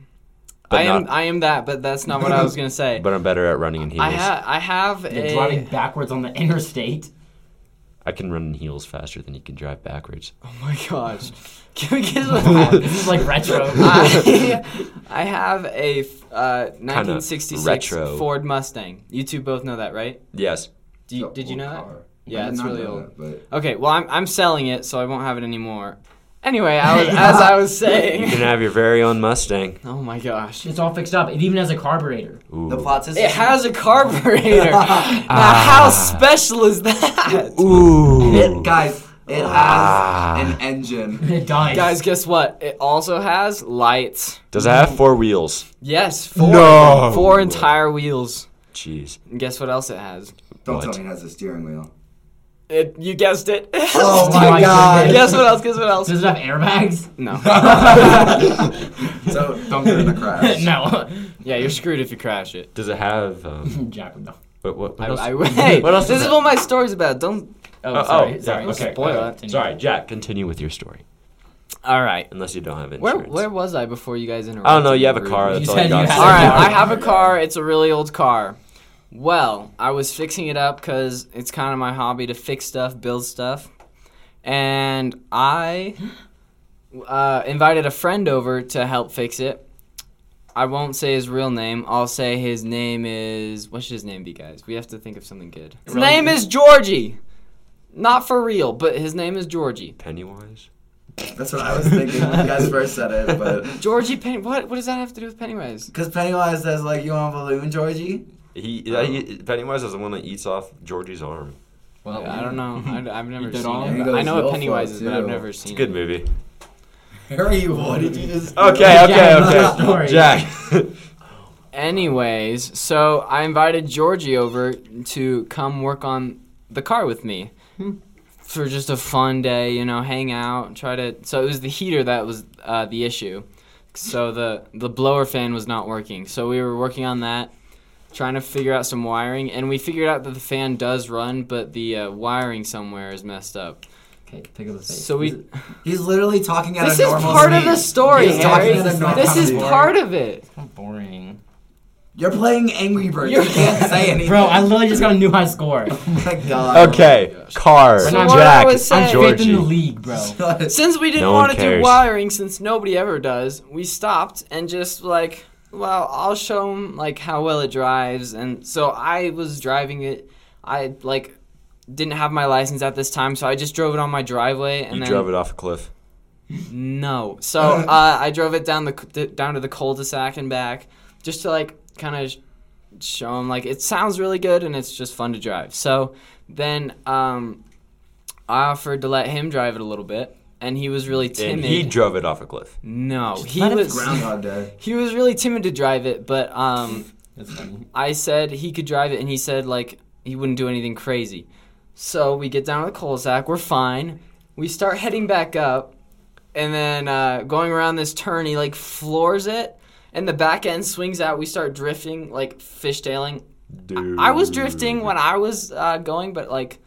Speaker 3: but
Speaker 5: I am
Speaker 3: not.
Speaker 5: I am that, but that's not what I was gonna say.
Speaker 3: but I'm better at running in heels.
Speaker 5: I
Speaker 3: I,
Speaker 5: ha- I have
Speaker 2: They're
Speaker 5: a
Speaker 2: driving backwards on the interstate.
Speaker 3: can run in heels faster than you can drive backwards.
Speaker 5: oh my gosh, can we get a
Speaker 2: this is like retro.
Speaker 5: I, I have a f- uh, 1966
Speaker 3: retro.
Speaker 5: Ford Mustang. You two both know that, right?
Speaker 3: Yes.
Speaker 5: Do you,
Speaker 4: the
Speaker 5: did you
Speaker 4: old
Speaker 5: know that?
Speaker 4: car.
Speaker 5: Yeah,
Speaker 4: I did
Speaker 5: it's
Speaker 4: not
Speaker 5: really
Speaker 4: know
Speaker 5: old.
Speaker 4: that, but
Speaker 5: Okay, well I'm I'm selling it, so I won't have it anymore. Anyway, I was, as I was
Speaker 3: You
Speaker 5: saying,
Speaker 3: can have your very own Mustang.
Speaker 5: oh my gosh,
Speaker 2: it's all fixed up. It even has a carburetor.
Speaker 3: Ooh.
Speaker 4: the plot system.
Speaker 5: it has a carburetor. now
Speaker 3: Ah.
Speaker 5: how special is that?
Speaker 3: Ooh.
Speaker 4: It, guys, it
Speaker 3: Ah.
Speaker 4: has an engine.
Speaker 2: It dies.
Speaker 5: Guys, guess what? It also has lights.
Speaker 3: Does it have four wheels?
Speaker 5: Yes, four
Speaker 3: No.
Speaker 5: four entire wheels.
Speaker 3: Jeez.
Speaker 5: And guess what else it has?
Speaker 4: Don't
Speaker 3: What?
Speaker 4: tell me it has a steering wheel.
Speaker 5: It you guessed it.
Speaker 4: Oh
Speaker 2: my God.
Speaker 4: my god!
Speaker 5: guess what else? Guess what else?
Speaker 2: Does it have airbags?
Speaker 5: No.
Speaker 4: so don't get in a crash.
Speaker 2: no.
Speaker 5: Yeah, you're screwed if you crash it.
Speaker 3: Does it have? Um,
Speaker 2: Jack would know.
Speaker 3: what, what, what
Speaker 5: I,
Speaker 3: else?
Speaker 5: I, hey,
Speaker 3: What else
Speaker 5: this
Speaker 3: is
Speaker 5: is
Speaker 3: it?
Speaker 5: what my story's about. Don't.
Speaker 2: Oh,
Speaker 3: Oh,
Speaker 2: sorry.
Speaker 3: oh,
Speaker 2: sorry.
Speaker 3: yeah, okay.
Speaker 2: Spoil
Speaker 5: okay.
Speaker 2: it.
Speaker 3: Sorry, Jack. Continue with your story,
Speaker 5: All right.
Speaker 3: unless you don't have insurance.
Speaker 5: Where where was I before you guys interrupted?
Speaker 3: I don't know. You have a
Speaker 5: me
Speaker 3: car.
Speaker 5: rudely?
Speaker 3: That's
Speaker 2: You
Speaker 3: all I
Speaker 2: said you
Speaker 3: got.
Speaker 2: had
Speaker 5: All right,
Speaker 2: car.
Speaker 5: I have a car. It's a really old car. Well, I was fixing it up because it's kind of my hobby to fix stuff, build stuff, and I uh, invited a friend over to help fix it. I won't say his real name. I'll say his name is what should his name be, guys? We have to think of something good. His
Speaker 2: Really
Speaker 5: name
Speaker 2: good.
Speaker 5: is Georgie. Not for real, but his name is Georgie.
Speaker 3: Pennywise.
Speaker 4: That's what I was thinking when you guys first said it, but
Speaker 5: Georgie Penny. What? What does that have to do with Pennywise?
Speaker 4: because Pennywise says like, "You want a balloon, Georgie?"
Speaker 3: He, uh, he Pennywise is the one that eats off Georgie's arm.
Speaker 2: Well,
Speaker 5: I don't know. I, have never
Speaker 2: did
Speaker 5: seen
Speaker 2: all?
Speaker 5: it.
Speaker 4: He
Speaker 5: but I
Speaker 4: goes,
Speaker 5: know what
Speaker 4: "You'll
Speaker 5: Pennywise
Speaker 4: fuck
Speaker 5: is, but I've
Speaker 4: too."
Speaker 5: never seen
Speaker 3: It's a good
Speaker 5: it.
Speaker 3: movie.
Speaker 4: Harry, what did you just? do?
Speaker 3: Okay, okay,
Speaker 2: Jack,
Speaker 3: okay.
Speaker 2: the story.
Speaker 3: Jack.
Speaker 5: Anyways, so I invited Georgie over to come work on the car with me for just a fun day, you know, hang out, and try to. So it was the heater that was uh, the issue. So the the blower fan was not working. So we were working on that, trying to figure out some wiring, and we figured out that the fan does run, but the uh, wiring somewhere is messed up.
Speaker 2: Okay, pick up the face.
Speaker 5: So we.
Speaker 4: He's literally talking at
Speaker 5: This
Speaker 4: a
Speaker 5: is
Speaker 4: normal
Speaker 5: part of
Speaker 4: speed.
Speaker 5: the story,
Speaker 4: He's
Speaker 5: Harry.
Speaker 4: talking at a normal
Speaker 5: This is
Speaker 4: speed.
Speaker 5: part of it.
Speaker 2: How boring.
Speaker 4: You're playing Angry Birds. You can't say anything.
Speaker 2: Bro, I literally just got a new high score.
Speaker 4: Oh my god.
Speaker 3: Okay, car.
Speaker 5: So what I
Speaker 3: Jack.
Speaker 5: was
Speaker 2: I'm
Speaker 5: saying-
Speaker 2: fifth in the
Speaker 3: Georgie.
Speaker 2: league, bro.
Speaker 5: Since we didn't
Speaker 3: No one
Speaker 5: want to do
Speaker 3: cares.
Speaker 5: wiring, since nobody ever does, we stopped and just like, well, I'll show him like how well it drives. And so I was driving it. I like didn't have my license at this time, so I just drove it on my driveway. And
Speaker 3: You
Speaker 5: then,
Speaker 3: drove it off a cliff.
Speaker 5: No, so uh, I drove it down the c- d- down to the cul-de-sac and back, just to like kind of sh- show him like it sounds really good and it's just fun to drive. So then um, I offered to let him drive it a little bit, and he was really
Speaker 3: And
Speaker 5: timid.
Speaker 3: he drove it off a cliff.
Speaker 5: No, he
Speaker 2: let him
Speaker 5: was
Speaker 4: Groundhog Day.
Speaker 5: he was really timid to drive it, but um,
Speaker 2: That's funny.
Speaker 5: I said he could drive it, and he said like he wouldn't do anything crazy. So we get down to the cul-de-sac, we're fine. We start heading back up, and then uh, going around this turn, he like floors it, and the back end swings out. We start drifting, like fishtailing.
Speaker 3: Dude.
Speaker 5: I was drifting when I was uh, going, but like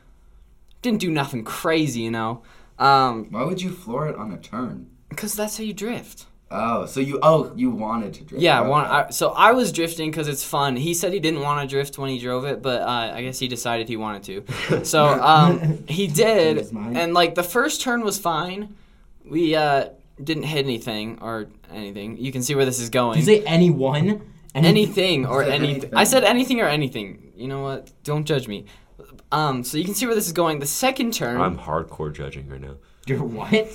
Speaker 5: didn't do nothing crazy, you know, um,
Speaker 4: Why would you floor it on a turn?
Speaker 5: because that's how you drift.
Speaker 4: Oh, so you oh you wanted to drift?
Speaker 5: Yeah, I
Speaker 4: Okay.
Speaker 5: want, I, so I was drifting because it's fun. He said he didn't want to drift when he drove it, but uh, I guess he decided he wanted to. So um, he did,
Speaker 2: his mind.
Speaker 5: and like the first turn was fine. We uh, didn't hit anything or anything. You can see where this is going.
Speaker 2: You say anyone? Any-
Speaker 5: anything or
Speaker 4: said
Speaker 5: any.
Speaker 4: anything.
Speaker 5: I said anything or anything. You know what? Don't judge me. Um, so you can see where this is going. The second turn.
Speaker 3: I'm hardcore judging right now.
Speaker 2: You're what?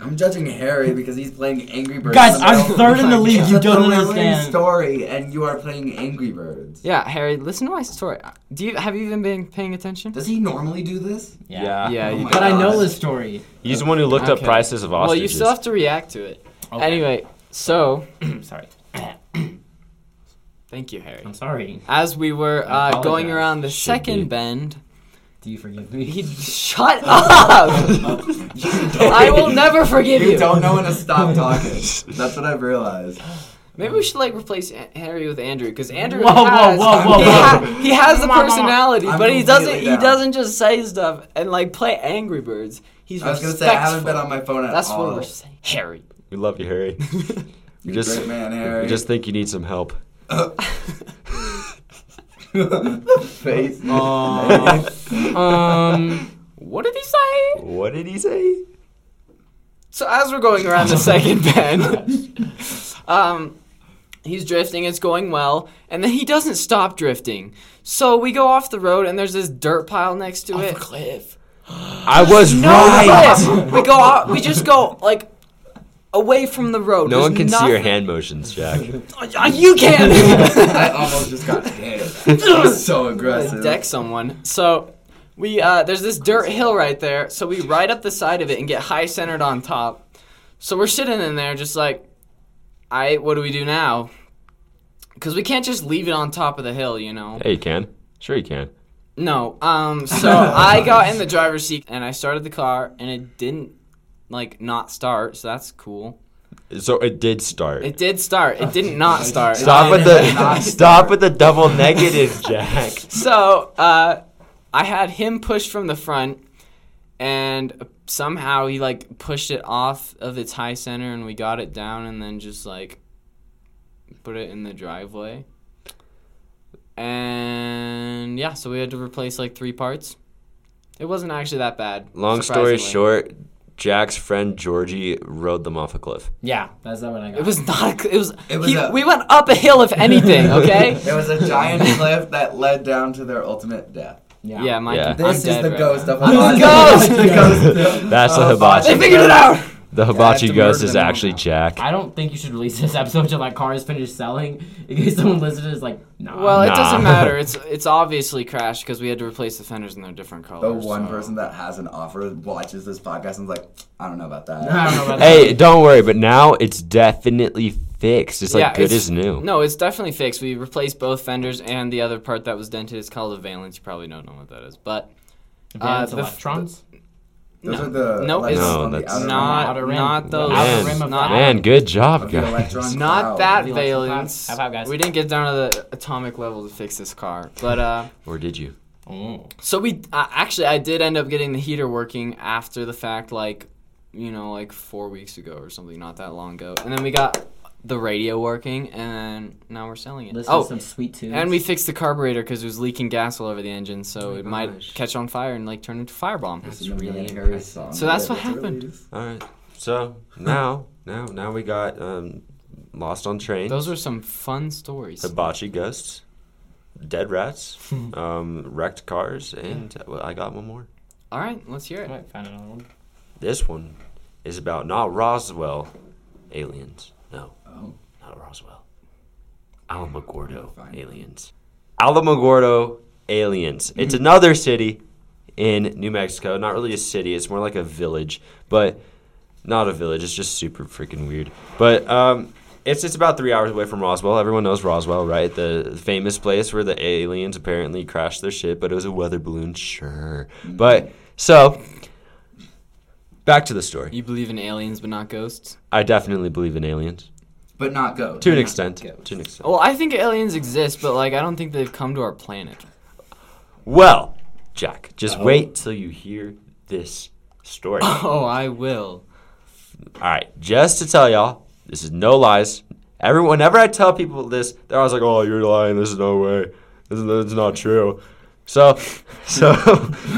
Speaker 4: I'm judging Harry because he's playing Angry Birds.
Speaker 2: Guys,
Speaker 4: Somehow-
Speaker 2: I'm third in the league.
Speaker 4: It's
Speaker 2: You
Speaker 4: a
Speaker 2: don't
Speaker 4: thrilling
Speaker 2: understand.
Speaker 4: Story, and you are playing Angry Birds.
Speaker 5: yeah, Harry, listen to my story. Do you have you even been paying attention?
Speaker 4: Does he normally do this?
Speaker 5: Yeah,
Speaker 4: Oh
Speaker 5: you
Speaker 4: my
Speaker 2: But I know
Speaker 4: God.
Speaker 2: the story.
Speaker 3: He's the one who looked up
Speaker 5: Okay.
Speaker 3: prices of ostriches.
Speaker 5: Well, you still have to react to it.
Speaker 2: Okay.
Speaker 5: Anyway, so
Speaker 2: I'm sorry.
Speaker 5: thank you, Harry.
Speaker 2: I'm sorry.
Speaker 5: As we were
Speaker 2: I
Speaker 5: uh, going
Speaker 2: apologize.
Speaker 5: around the
Speaker 3: Should
Speaker 5: second
Speaker 3: be.
Speaker 5: bend,
Speaker 2: Do you forgive me?
Speaker 5: he shut
Speaker 3: Uh,
Speaker 5: up. I will never forgive you.
Speaker 4: You don't know when to stop talking. That's what I've realized.
Speaker 5: Maybe we should like replace A- Harry with Andrew because Andrew
Speaker 2: Whoa, whoa,
Speaker 5: has
Speaker 2: whoa, whoa,
Speaker 5: he,
Speaker 2: whoa.
Speaker 5: ha- he has the
Speaker 2: Come on, come on.
Speaker 5: personality,
Speaker 4: I'm
Speaker 5: but he doesn't.
Speaker 4: completely
Speaker 5: He
Speaker 4: down.
Speaker 5: doesn't just say stuff and like play Angry Birds. He's
Speaker 4: I was gonna
Speaker 5: respectful.
Speaker 4: say I haven't been on my phone at
Speaker 5: That's
Speaker 4: all.
Speaker 5: what we're saying, Harry.
Speaker 3: We love you, Harry. we
Speaker 4: You're a
Speaker 3: just
Speaker 4: great man,
Speaker 3: we
Speaker 4: Harry.
Speaker 3: just uh. think you need some help.
Speaker 4: the face.
Speaker 2: um.
Speaker 5: What did he say?
Speaker 3: What did he say?
Speaker 5: So as we're going around the second bend, um, he's drifting. It's going well, and then he doesn't stop drifting. So we go off the road, and there's this dirt pile next to it.
Speaker 2: cliff.
Speaker 3: I was
Speaker 5: No
Speaker 3: right.
Speaker 5: cliff. We go. Off, we just go like away from the road.
Speaker 3: No
Speaker 5: There's
Speaker 3: one can see your
Speaker 5: nothing-
Speaker 3: hand motions, Jack.
Speaker 5: Uh, You can
Speaker 4: I almost just got hit. He's so aggressive.
Speaker 5: deck someone. So we uh, there's this dirt hill right there. So we ride up the side of it and get high centered on top. So we're sitting in there just like, all right, what do we do now? Because we can't just leave it on top of the hill, you know.
Speaker 3: hey, you can. Sure, you can.
Speaker 5: No. Um. So I got in the driver's seat and I started the car and it didn't like not start. So that's cool.
Speaker 3: So it did start.
Speaker 5: It did start. It didn't not start.
Speaker 3: stop with the
Speaker 4: not
Speaker 3: stop with the double negative, Jack.
Speaker 5: So uh, I had him pushed from the front, and somehow he like pushed it off of its high center, and we got it down, and then just like put it in the driveway. And yeah, so we had to replace like three parts. It wasn't actually that bad.
Speaker 3: Long story
Speaker 5: surprisingly.
Speaker 3: short, Jack's friend Georgie rode them off a cliff.
Speaker 2: Yeah, that's not what I got.
Speaker 5: it was not. A, cl- it was.
Speaker 4: It was
Speaker 5: he-
Speaker 4: a-
Speaker 5: we went up a hill, if anything. Okay.
Speaker 4: It was a giant cliff that led down to their ultimate death.
Speaker 2: yeah.
Speaker 5: yeah, my.
Speaker 3: Yeah.
Speaker 5: I'm
Speaker 4: This is
Speaker 5: dead
Speaker 4: the
Speaker 5: right
Speaker 4: ghost
Speaker 5: now.
Speaker 4: of Hibachi.
Speaker 5: ghost!
Speaker 4: the ghost. of-
Speaker 3: That's the
Speaker 4: of
Speaker 3: hibachi.
Speaker 5: They figured it out.
Speaker 3: The
Speaker 4: have
Speaker 3: hibachi
Speaker 4: to
Speaker 3: ghost
Speaker 4: murder
Speaker 3: is
Speaker 4: them all
Speaker 3: actually
Speaker 4: now.
Speaker 3: Jack.
Speaker 2: I don't think you should release this episode until that car is finished selling. In case someone listens, is like, nah.
Speaker 5: Well, it
Speaker 3: Nah.
Speaker 5: doesn't matter. It's it's obviously crashed because we had to replace the fenders and they're different colors.
Speaker 4: The one
Speaker 5: so-
Speaker 4: person that has an offer watches this podcast and is like, I don't know about that.
Speaker 2: I don't know about
Speaker 3: Hey, don't worry, but now it's definitely fixed. It's like
Speaker 5: Yeah,
Speaker 3: good
Speaker 5: it's-
Speaker 3: as new.
Speaker 5: No, it's definitely fixed. We replaced both fenders and the other part that was dented is called a valence. You probably don't know what that is, but
Speaker 2: that.
Speaker 5: uh,
Speaker 2: Advanced
Speaker 5: the f-
Speaker 2: electrons.
Speaker 4: Those
Speaker 5: No.
Speaker 4: are the
Speaker 5: No,
Speaker 4: electrons
Speaker 5: it's
Speaker 4: on the
Speaker 3: No, that's-
Speaker 4: outer rim
Speaker 5: not
Speaker 2: outer rim. The
Speaker 5: not those.
Speaker 2: outer
Speaker 3: Man,
Speaker 2: rim of the
Speaker 3: man, good job,
Speaker 4: of the
Speaker 3: guys.
Speaker 4: electron
Speaker 5: Not
Speaker 4: cloud.
Speaker 5: that
Speaker 2: The electron
Speaker 5: valence.
Speaker 2: cloud. High five, guys.
Speaker 5: We didn't get down to the atomic level to fix this car, but uh,
Speaker 3: Or did you?
Speaker 2: Oh.
Speaker 5: so we uh, actually I did end up getting the heater working after the fact, like you know, like four weeks ago or something, not that long ago, and then we got the radio working, and then now we're selling it.
Speaker 2: Listen
Speaker 5: oh,
Speaker 2: to some sweet tunes.
Speaker 5: And we fixed the carburetor because it was leaking gas all over the engine, so it might
Speaker 3: gosh.
Speaker 5: catch on fire and like turn into firebomb.
Speaker 4: It's really song.
Speaker 5: So that's
Speaker 4: Yeah,
Speaker 5: what
Speaker 4: it's
Speaker 5: happened.
Speaker 4: really-
Speaker 3: All right. So now, now, now we got um, lost on train.
Speaker 5: Those are some fun stories.
Speaker 3: hibachi ghosts, dead rats, um, wrecked cars, and uh, well, I got one more.
Speaker 5: All right, let's hear
Speaker 2: I
Speaker 5: it.
Speaker 2: might find another one.
Speaker 3: This one is about not Roswell, aliens. No,
Speaker 4: Oh.
Speaker 3: not Roswell. Alamogordo
Speaker 4: Fine.
Speaker 3: aliens. Alamogordo aliens. It's another city in New Mexico. Not really a city. It's more like a village, but not a village. It's just super freaking weird. But um, it's it's about three hours away from Roswell. Everyone knows Roswell, right? The famous place where the aliens apparently crashed their ship, but it was a weather balloon. Sure, but so. Back to the story.
Speaker 5: You believe in aliens but not ghosts?
Speaker 3: I definitely believe in aliens
Speaker 4: But not go.
Speaker 3: to an extent. To an extent.
Speaker 5: Well, I think aliens exist, but like I don't think they've come to our planet.
Speaker 3: Well, Jack, just wait till you hear this story. All
Speaker 5: Oh, I will.
Speaker 3: right, just to tell y'all, This is no lies. Everyone, whenever I tell people this, they're always like, "Oh, you're lying. There's no way. This is it's not true." So, so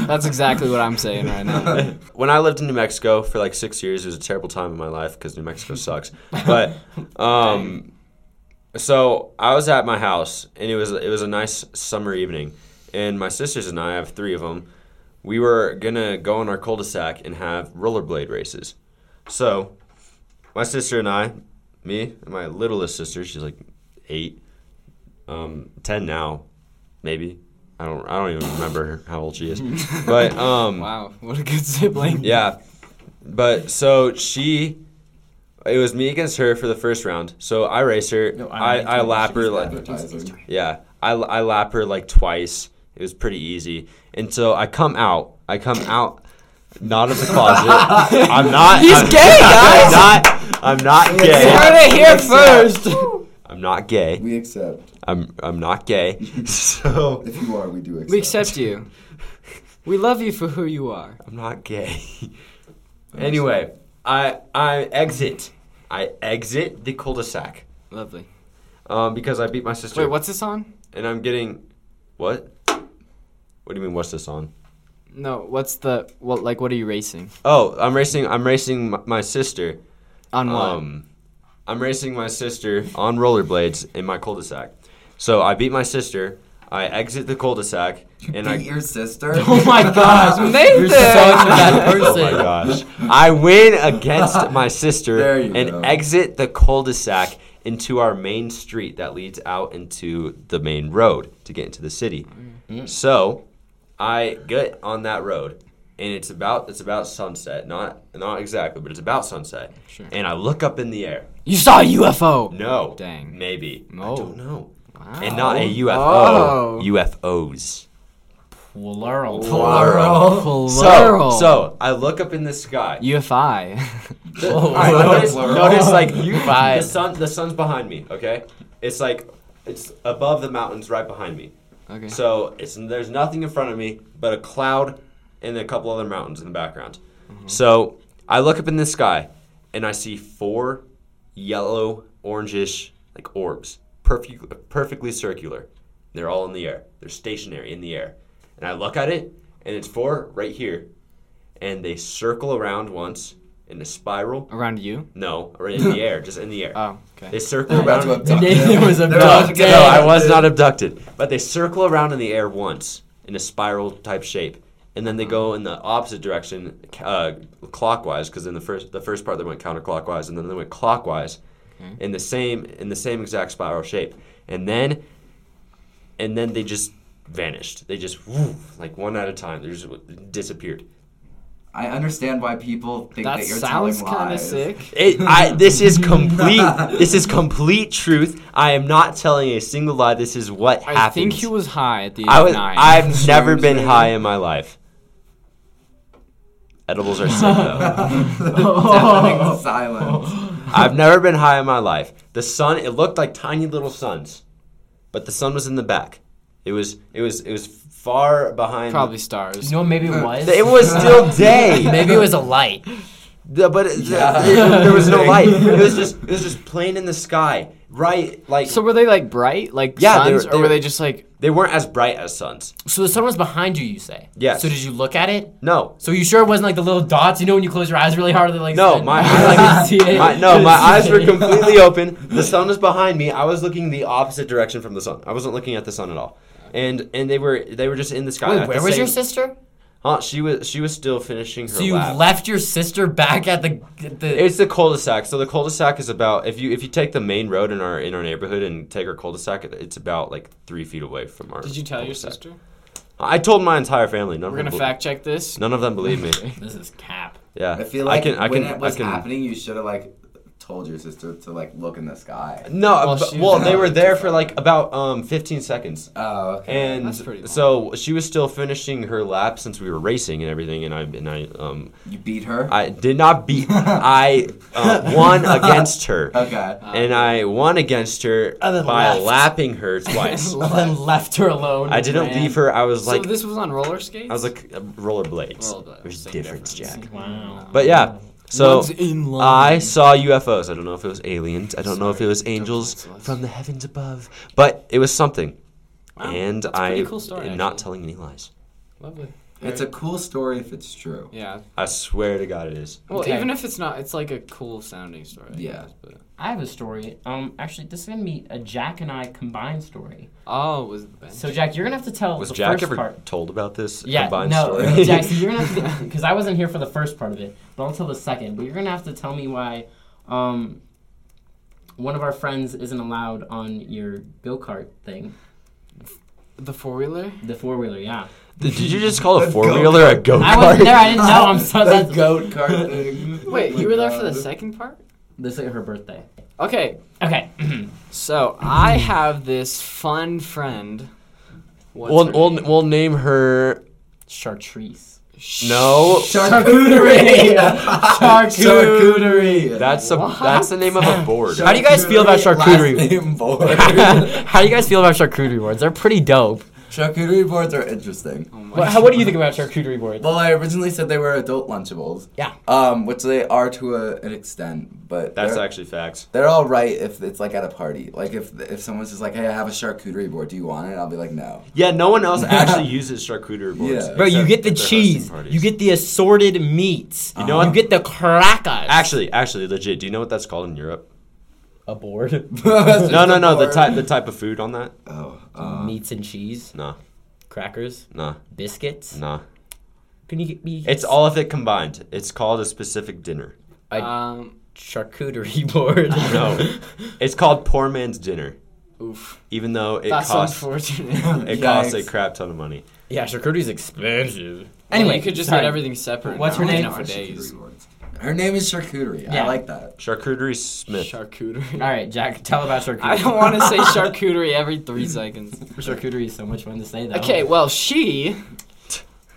Speaker 5: That's exactly what I'm saying right now.
Speaker 3: when I lived in New Mexico for like six years, it was a terrible time in my life because New Mexico sucks. But um, so I was at my house, and it was it was a nice summer evening, and my sisters and I I have three of them. We were gonna go on our cul-de-sac and have rollerblade races. So my sister and I, me and my littlest sister, she's like eight, um, ten now, maybe. I don't I don't even remember how old she is, but um,
Speaker 5: Wow, what a good sibling.
Speaker 3: yeah. But so she, it was me against her for the first round. So I race her. I, I, lap her like,
Speaker 4: Advertising.
Speaker 3: yeah. I, I lap her like twice. It was pretty easy. And so I come out. I come out, not of the closet. I'm not.
Speaker 5: He's
Speaker 3: I'm,
Speaker 5: gay,
Speaker 3: I'm
Speaker 5: guys.
Speaker 3: not. I'm not
Speaker 5: You
Speaker 3: gay.
Speaker 5: heard it here first.
Speaker 3: I'm not gay.
Speaker 4: We accept.
Speaker 3: I'm I'm not gay. So
Speaker 4: If you are, we do accept.
Speaker 5: We accept you. We love you for who you are.
Speaker 3: I'm not gay. anyway, I I exit. I exit the cul-de-sac.
Speaker 5: Lovely.
Speaker 3: Um, because I beat my sister.
Speaker 5: Wait, what's this on?
Speaker 3: And I'm getting, what? What do you mean? What's this on?
Speaker 5: No, what's the what? Like, what are you racing
Speaker 3: Oh, I'm racing. I'm racing my, my sister.
Speaker 5: on? What?
Speaker 3: Um, I'm racing my sister on rollerblades in my cul-de-sac. So I beat my sister. I exit the cul-de-sac, and
Speaker 4: Beat
Speaker 3: I.
Speaker 4: your sister.
Speaker 2: Oh my gosh,
Speaker 5: Nathan!
Speaker 2: You're such a bad person.
Speaker 3: Oh my gosh! I win against my sister
Speaker 4: There you
Speaker 3: and
Speaker 4: go.
Speaker 3: exit the cul-de-sac into our main street that leads out into the main road to get into the city. So I get on that road, and it's about it's about sunset. Not not exactly, but it's about sunset.
Speaker 5: Sure.
Speaker 3: And I look up in the air.
Speaker 5: You saw a UFO.
Speaker 3: No.
Speaker 5: Dang.
Speaker 3: Maybe. I
Speaker 5: No.
Speaker 3: don't know.
Speaker 5: Wow.
Speaker 3: And not a UFO.
Speaker 5: Oh.
Speaker 3: UFOs.
Speaker 2: Plural.
Speaker 4: Plural.
Speaker 5: Plural.
Speaker 3: So, so I look up in the sky.
Speaker 5: UFI.
Speaker 3: All right,
Speaker 4: Plural.
Speaker 3: notice,
Speaker 4: Plural.
Speaker 3: notice, like you,
Speaker 5: Five.
Speaker 3: the sun, the sun's behind me. Okay, it's like it's above the mountains, right behind me.
Speaker 5: okay.
Speaker 3: So it's there's nothing in front of me but a cloud and a couple other mountains in the background. So I look up in the sky and I see four yellow, orangish like orbs, perfect, perfectly circular. They're all in the air. They're stationary in the air. And I look at it and it's four right here, and they circle around once in a spiral.
Speaker 5: Around you?
Speaker 3: No, or in the air, just in the air.
Speaker 5: Oh, okay.
Speaker 3: They circle
Speaker 4: They're about
Speaker 3: around.
Speaker 4: to abduct
Speaker 2: Nathan
Speaker 4: him.
Speaker 2: was
Speaker 4: They're
Speaker 2: abducted.
Speaker 4: about to get
Speaker 3: No, I
Speaker 4: abducted.
Speaker 3: was not abducted. But they circle around in the air once in a spiral type shape, and then they go in the opposite direction, uh, clockwise. Because in the first the first part they went counterclockwise, and then they went clockwise, in the same in the same exact spiral shape. And then, and then they just vanished. They just woo, like one at a time. They just disappeared.
Speaker 4: I understand why people think
Speaker 5: That
Speaker 4: that you're
Speaker 5: sounds
Speaker 4: telling
Speaker 5: kind of
Speaker 4: lies.
Speaker 5: sick.
Speaker 3: It, I, this is complete. this is complete truth. I am not telling a single lie. This is what happened.
Speaker 5: I think he was high at the age
Speaker 3: I was.
Speaker 5: of nine.
Speaker 3: I've never been
Speaker 4: true.
Speaker 3: high in my life. Edibles are sick though.
Speaker 4: Deafening silence.
Speaker 3: I've never been high in my life. The sun. It looked like tiny little suns, but the sun was in the back. It was. It was. It was far behind.
Speaker 5: Probably stars.
Speaker 2: You know what maybe it was?
Speaker 3: It was still day.
Speaker 2: Maybe it was a light.
Speaker 3: The- but it, it- it- there was no light. It was just. It was just plain in the sky. Right. Like
Speaker 5: So were they like bright, like
Speaker 3: Yeah, they
Speaker 5: suns,
Speaker 3: were-
Speaker 5: or
Speaker 3: they
Speaker 5: were
Speaker 3: were-
Speaker 5: they just like?
Speaker 3: they weren't as bright as suns.
Speaker 2: So the sun was behind you, you say?
Speaker 3: Yes.
Speaker 2: So did you look at it?
Speaker 3: No.
Speaker 2: So you sure it wasn't like the little dots, you know, when you close your eyes really hard? they're Like
Speaker 3: No, my
Speaker 2: like, I
Speaker 3: eyes,
Speaker 2: see it.
Speaker 3: my, no, my
Speaker 2: I
Speaker 3: eyes
Speaker 2: see
Speaker 3: were
Speaker 2: it.
Speaker 3: completely open. The sun was behind me. I was looking the opposite direction from the sun. I wasn't looking at the sun at all. And and they were they were just in the sky.
Speaker 2: Wait,
Speaker 3: at
Speaker 2: where
Speaker 3: the
Speaker 2: was your
Speaker 3: same-
Speaker 2: sister?
Speaker 3: Huh, she was she was still finishing her
Speaker 2: So you
Speaker 3: lap.
Speaker 2: left your sister back at the at the.
Speaker 3: It's the cul-de-sac. So the cul-de-sac is about if you if you take the main road in our in our neighborhood and take our cul-de-sac, it- it's about like three feet away from our. cul-de-sac. I told my entire family. None
Speaker 5: We're
Speaker 3: of
Speaker 5: gonna
Speaker 3: them
Speaker 5: fact check this.
Speaker 3: believe- None of them believe me.
Speaker 2: this is cap.
Speaker 3: Yeah,
Speaker 4: I feel like
Speaker 3: I can I
Speaker 4: when
Speaker 3: can
Speaker 4: it was
Speaker 3: I can.
Speaker 4: happening, you should have like told your sister to like look in the sky.
Speaker 3: No,
Speaker 5: Well,
Speaker 3: but-
Speaker 5: she-
Speaker 3: well they were there for like about um 15 seconds.
Speaker 4: Oh, okay.
Speaker 3: and
Speaker 5: That's pretty long.
Speaker 3: so she was still finishing her lap since we were racing and everything and i and i um
Speaker 4: you beat her.
Speaker 3: i did not beat i uh, won against her
Speaker 4: okay.
Speaker 3: and i won against her
Speaker 2: And then
Speaker 3: by
Speaker 2: left.
Speaker 3: lapping her twice
Speaker 2: And then left her alone.
Speaker 3: i didn't leave her i was like
Speaker 5: Uh, oh, so this was on roller skates.
Speaker 3: i was like uh, rollerblades
Speaker 5: Rollerblades,
Speaker 3: there's a
Speaker 5: same
Speaker 3: difference jack
Speaker 2: Wow.
Speaker 3: but yeah So
Speaker 5: What's in
Speaker 2: Um,
Speaker 5: line?
Speaker 3: I saw UFOs. I don't know if it was aliens. I don't know if it was angels
Speaker 5: cancel us.
Speaker 3: from the heavens above, but it was something. and
Speaker 5: that's a
Speaker 3: I
Speaker 5: pretty cool story,
Speaker 3: am not
Speaker 5: actually.
Speaker 3: telling any lies.
Speaker 5: Lovely.
Speaker 4: It's a cool story if it's true.
Speaker 5: Yeah.
Speaker 3: I swear to God, it is.
Speaker 5: Well,
Speaker 2: Okay.
Speaker 5: even if it's not, it's like a cool sounding story. I
Speaker 4: Yeah.
Speaker 5: guess, but-
Speaker 2: I have a story. Um, actually, this is gonna be a Jack and I combined story.
Speaker 5: Oh, was the bench.
Speaker 2: So Jack, you're gonna have to tell
Speaker 3: Was
Speaker 2: the
Speaker 3: Jack
Speaker 2: first
Speaker 3: ever
Speaker 2: part.
Speaker 3: told about this
Speaker 2: Yeah,
Speaker 3: combined
Speaker 2: no,
Speaker 3: story?
Speaker 2: Jack, so you're gonna have to because I wasn't here for the first part of it, but I'll tell the second. But you're gonna have to tell me why, um, one of our friends isn't allowed on your go kart thing,
Speaker 5: the four wheeler.
Speaker 2: the four wheeler. Yeah,
Speaker 3: Did you just call a
Speaker 4: The
Speaker 3: four wheeler a go
Speaker 2: I wasn't there.
Speaker 3: kart?
Speaker 2: I didn't know. I'm so
Speaker 4: the
Speaker 2: that's
Speaker 4: goat cart thing.
Speaker 5: Wait,
Speaker 4: Oh my
Speaker 5: you were there for
Speaker 4: God.
Speaker 5: the second part?
Speaker 2: this is her birthday.
Speaker 5: Okay,
Speaker 2: Okay,
Speaker 5: so I have this fun friend. What's
Speaker 3: We'll,
Speaker 5: her
Speaker 3: we'll,
Speaker 5: name?
Speaker 3: we'll name her.
Speaker 2: chartreuse.
Speaker 3: No,
Speaker 4: Charcuterie.
Speaker 2: Charcuterie.
Speaker 4: Charcuterie.
Speaker 3: that's a
Speaker 5: What?
Speaker 3: that's the name of a board.
Speaker 2: How do you guys feel about charcuterie?
Speaker 4: Last name board.
Speaker 2: How do you guys feel about charcuterie boards? They're pretty dope.
Speaker 4: charcuterie boards are interesting.
Speaker 5: Oh my
Speaker 2: What, how, what do you think about charcuterie boards?
Speaker 4: Well, I originally said they were adult Lunchables.
Speaker 2: Yeah.
Speaker 4: Um, which they are to a, an extent, but
Speaker 3: That's
Speaker 4: they're,
Speaker 3: actually facts.
Speaker 4: they're all right if it's like at a party. Like if if someone's just like, "Hey, I have a charcuterie board. Do you want it?" I'll be like, "No."
Speaker 3: Yeah, no one else actually uses charcuterie boards.
Speaker 4: Yeah.
Speaker 2: Bro, you get
Speaker 3: except
Speaker 2: the
Speaker 3: at their hosting
Speaker 2: cheese.
Speaker 3: parties.
Speaker 2: You get the assorted meats. You
Speaker 3: know
Speaker 2: You
Speaker 3: what?
Speaker 2: get the crackers.
Speaker 3: actually, actually, legit. Do you know what that's called in Europe?
Speaker 2: a board.
Speaker 3: No, no, no. The type, the type of food on that.
Speaker 4: Oh, uh,
Speaker 2: meats and cheese,
Speaker 3: Nah,
Speaker 2: crackers,
Speaker 3: nah,
Speaker 2: biscuits.
Speaker 3: nah.
Speaker 2: Can you get me?
Speaker 3: It's all of it combined. It's called a specific dinner.
Speaker 2: a
Speaker 5: Um,
Speaker 2: charcuterie board.
Speaker 3: No, it's called poor man's dinner.
Speaker 5: oof.
Speaker 3: Even though it
Speaker 5: That's
Speaker 3: costs,
Speaker 5: unfortunate.
Speaker 3: it costs a
Speaker 4: Yikes.
Speaker 3: crap ton of money.
Speaker 2: yeah, charcutierie's expensive.
Speaker 5: anyway,
Speaker 2: Anyway,
Speaker 5: you could just
Speaker 2: sorry.
Speaker 5: get everything separate.
Speaker 2: What's her
Speaker 5: now, you
Speaker 2: name?
Speaker 5: know, For days.
Speaker 4: her name is charcuterie.
Speaker 2: Yeah.
Speaker 4: I like that.
Speaker 3: Charcuterie Smith.
Speaker 5: Charcuterie.
Speaker 2: All right, Jack, tell about charcuterie.
Speaker 5: I don't want to say charcuterie every three seconds.
Speaker 2: charcuterie is so much fun to say though.
Speaker 5: Okay, well, she,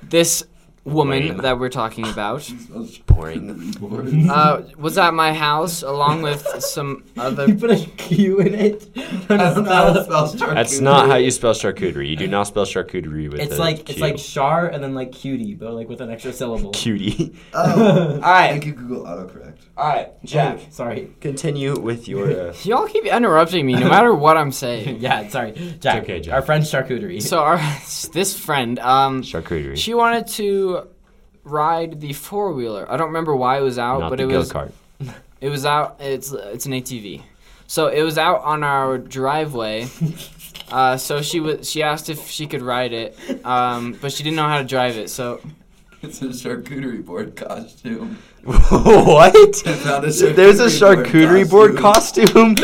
Speaker 5: this woman
Speaker 3: Lame.
Speaker 5: that we're talking about,
Speaker 3: Boring.
Speaker 5: uh, was at my house along with some
Speaker 2: you
Speaker 5: other.
Speaker 2: put a Q in it.
Speaker 4: I don't know how to spell charcuterie.
Speaker 3: That's not how you spell charcuterie. You do not spell charcuterie with
Speaker 2: It's
Speaker 3: a
Speaker 2: like it's
Speaker 3: Q.
Speaker 2: like char and then like cutie, but like with an extra syllable.
Speaker 3: cutie.
Speaker 4: Oh,
Speaker 3: All right,
Speaker 4: thank you, Google autocorrect.
Speaker 3: all right, Jack.
Speaker 2: Oh, sorry.
Speaker 3: Continue with your. Uh,
Speaker 5: Y'all keep interrupting me no matter what I'm saying.
Speaker 2: Yeah, sorry, Jack.
Speaker 3: okay, Jack.
Speaker 2: Our friend charcuterie.
Speaker 5: So, our, this friend, um,
Speaker 3: charcuterie.
Speaker 5: she wanted to ride the four wheeler. I don't remember why it was out,
Speaker 3: not
Speaker 5: but
Speaker 3: the
Speaker 5: it was
Speaker 3: go-kart.
Speaker 5: it was out. It's it's an ATV, so it was out on our driveway. Uh, so she was she asked if she could ride it, um, but she didn't know how to drive it. So
Speaker 4: It's a charcuterie board costume.
Speaker 3: what?
Speaker 4: Not a
Speaker 3: There's a charcuterie board costume.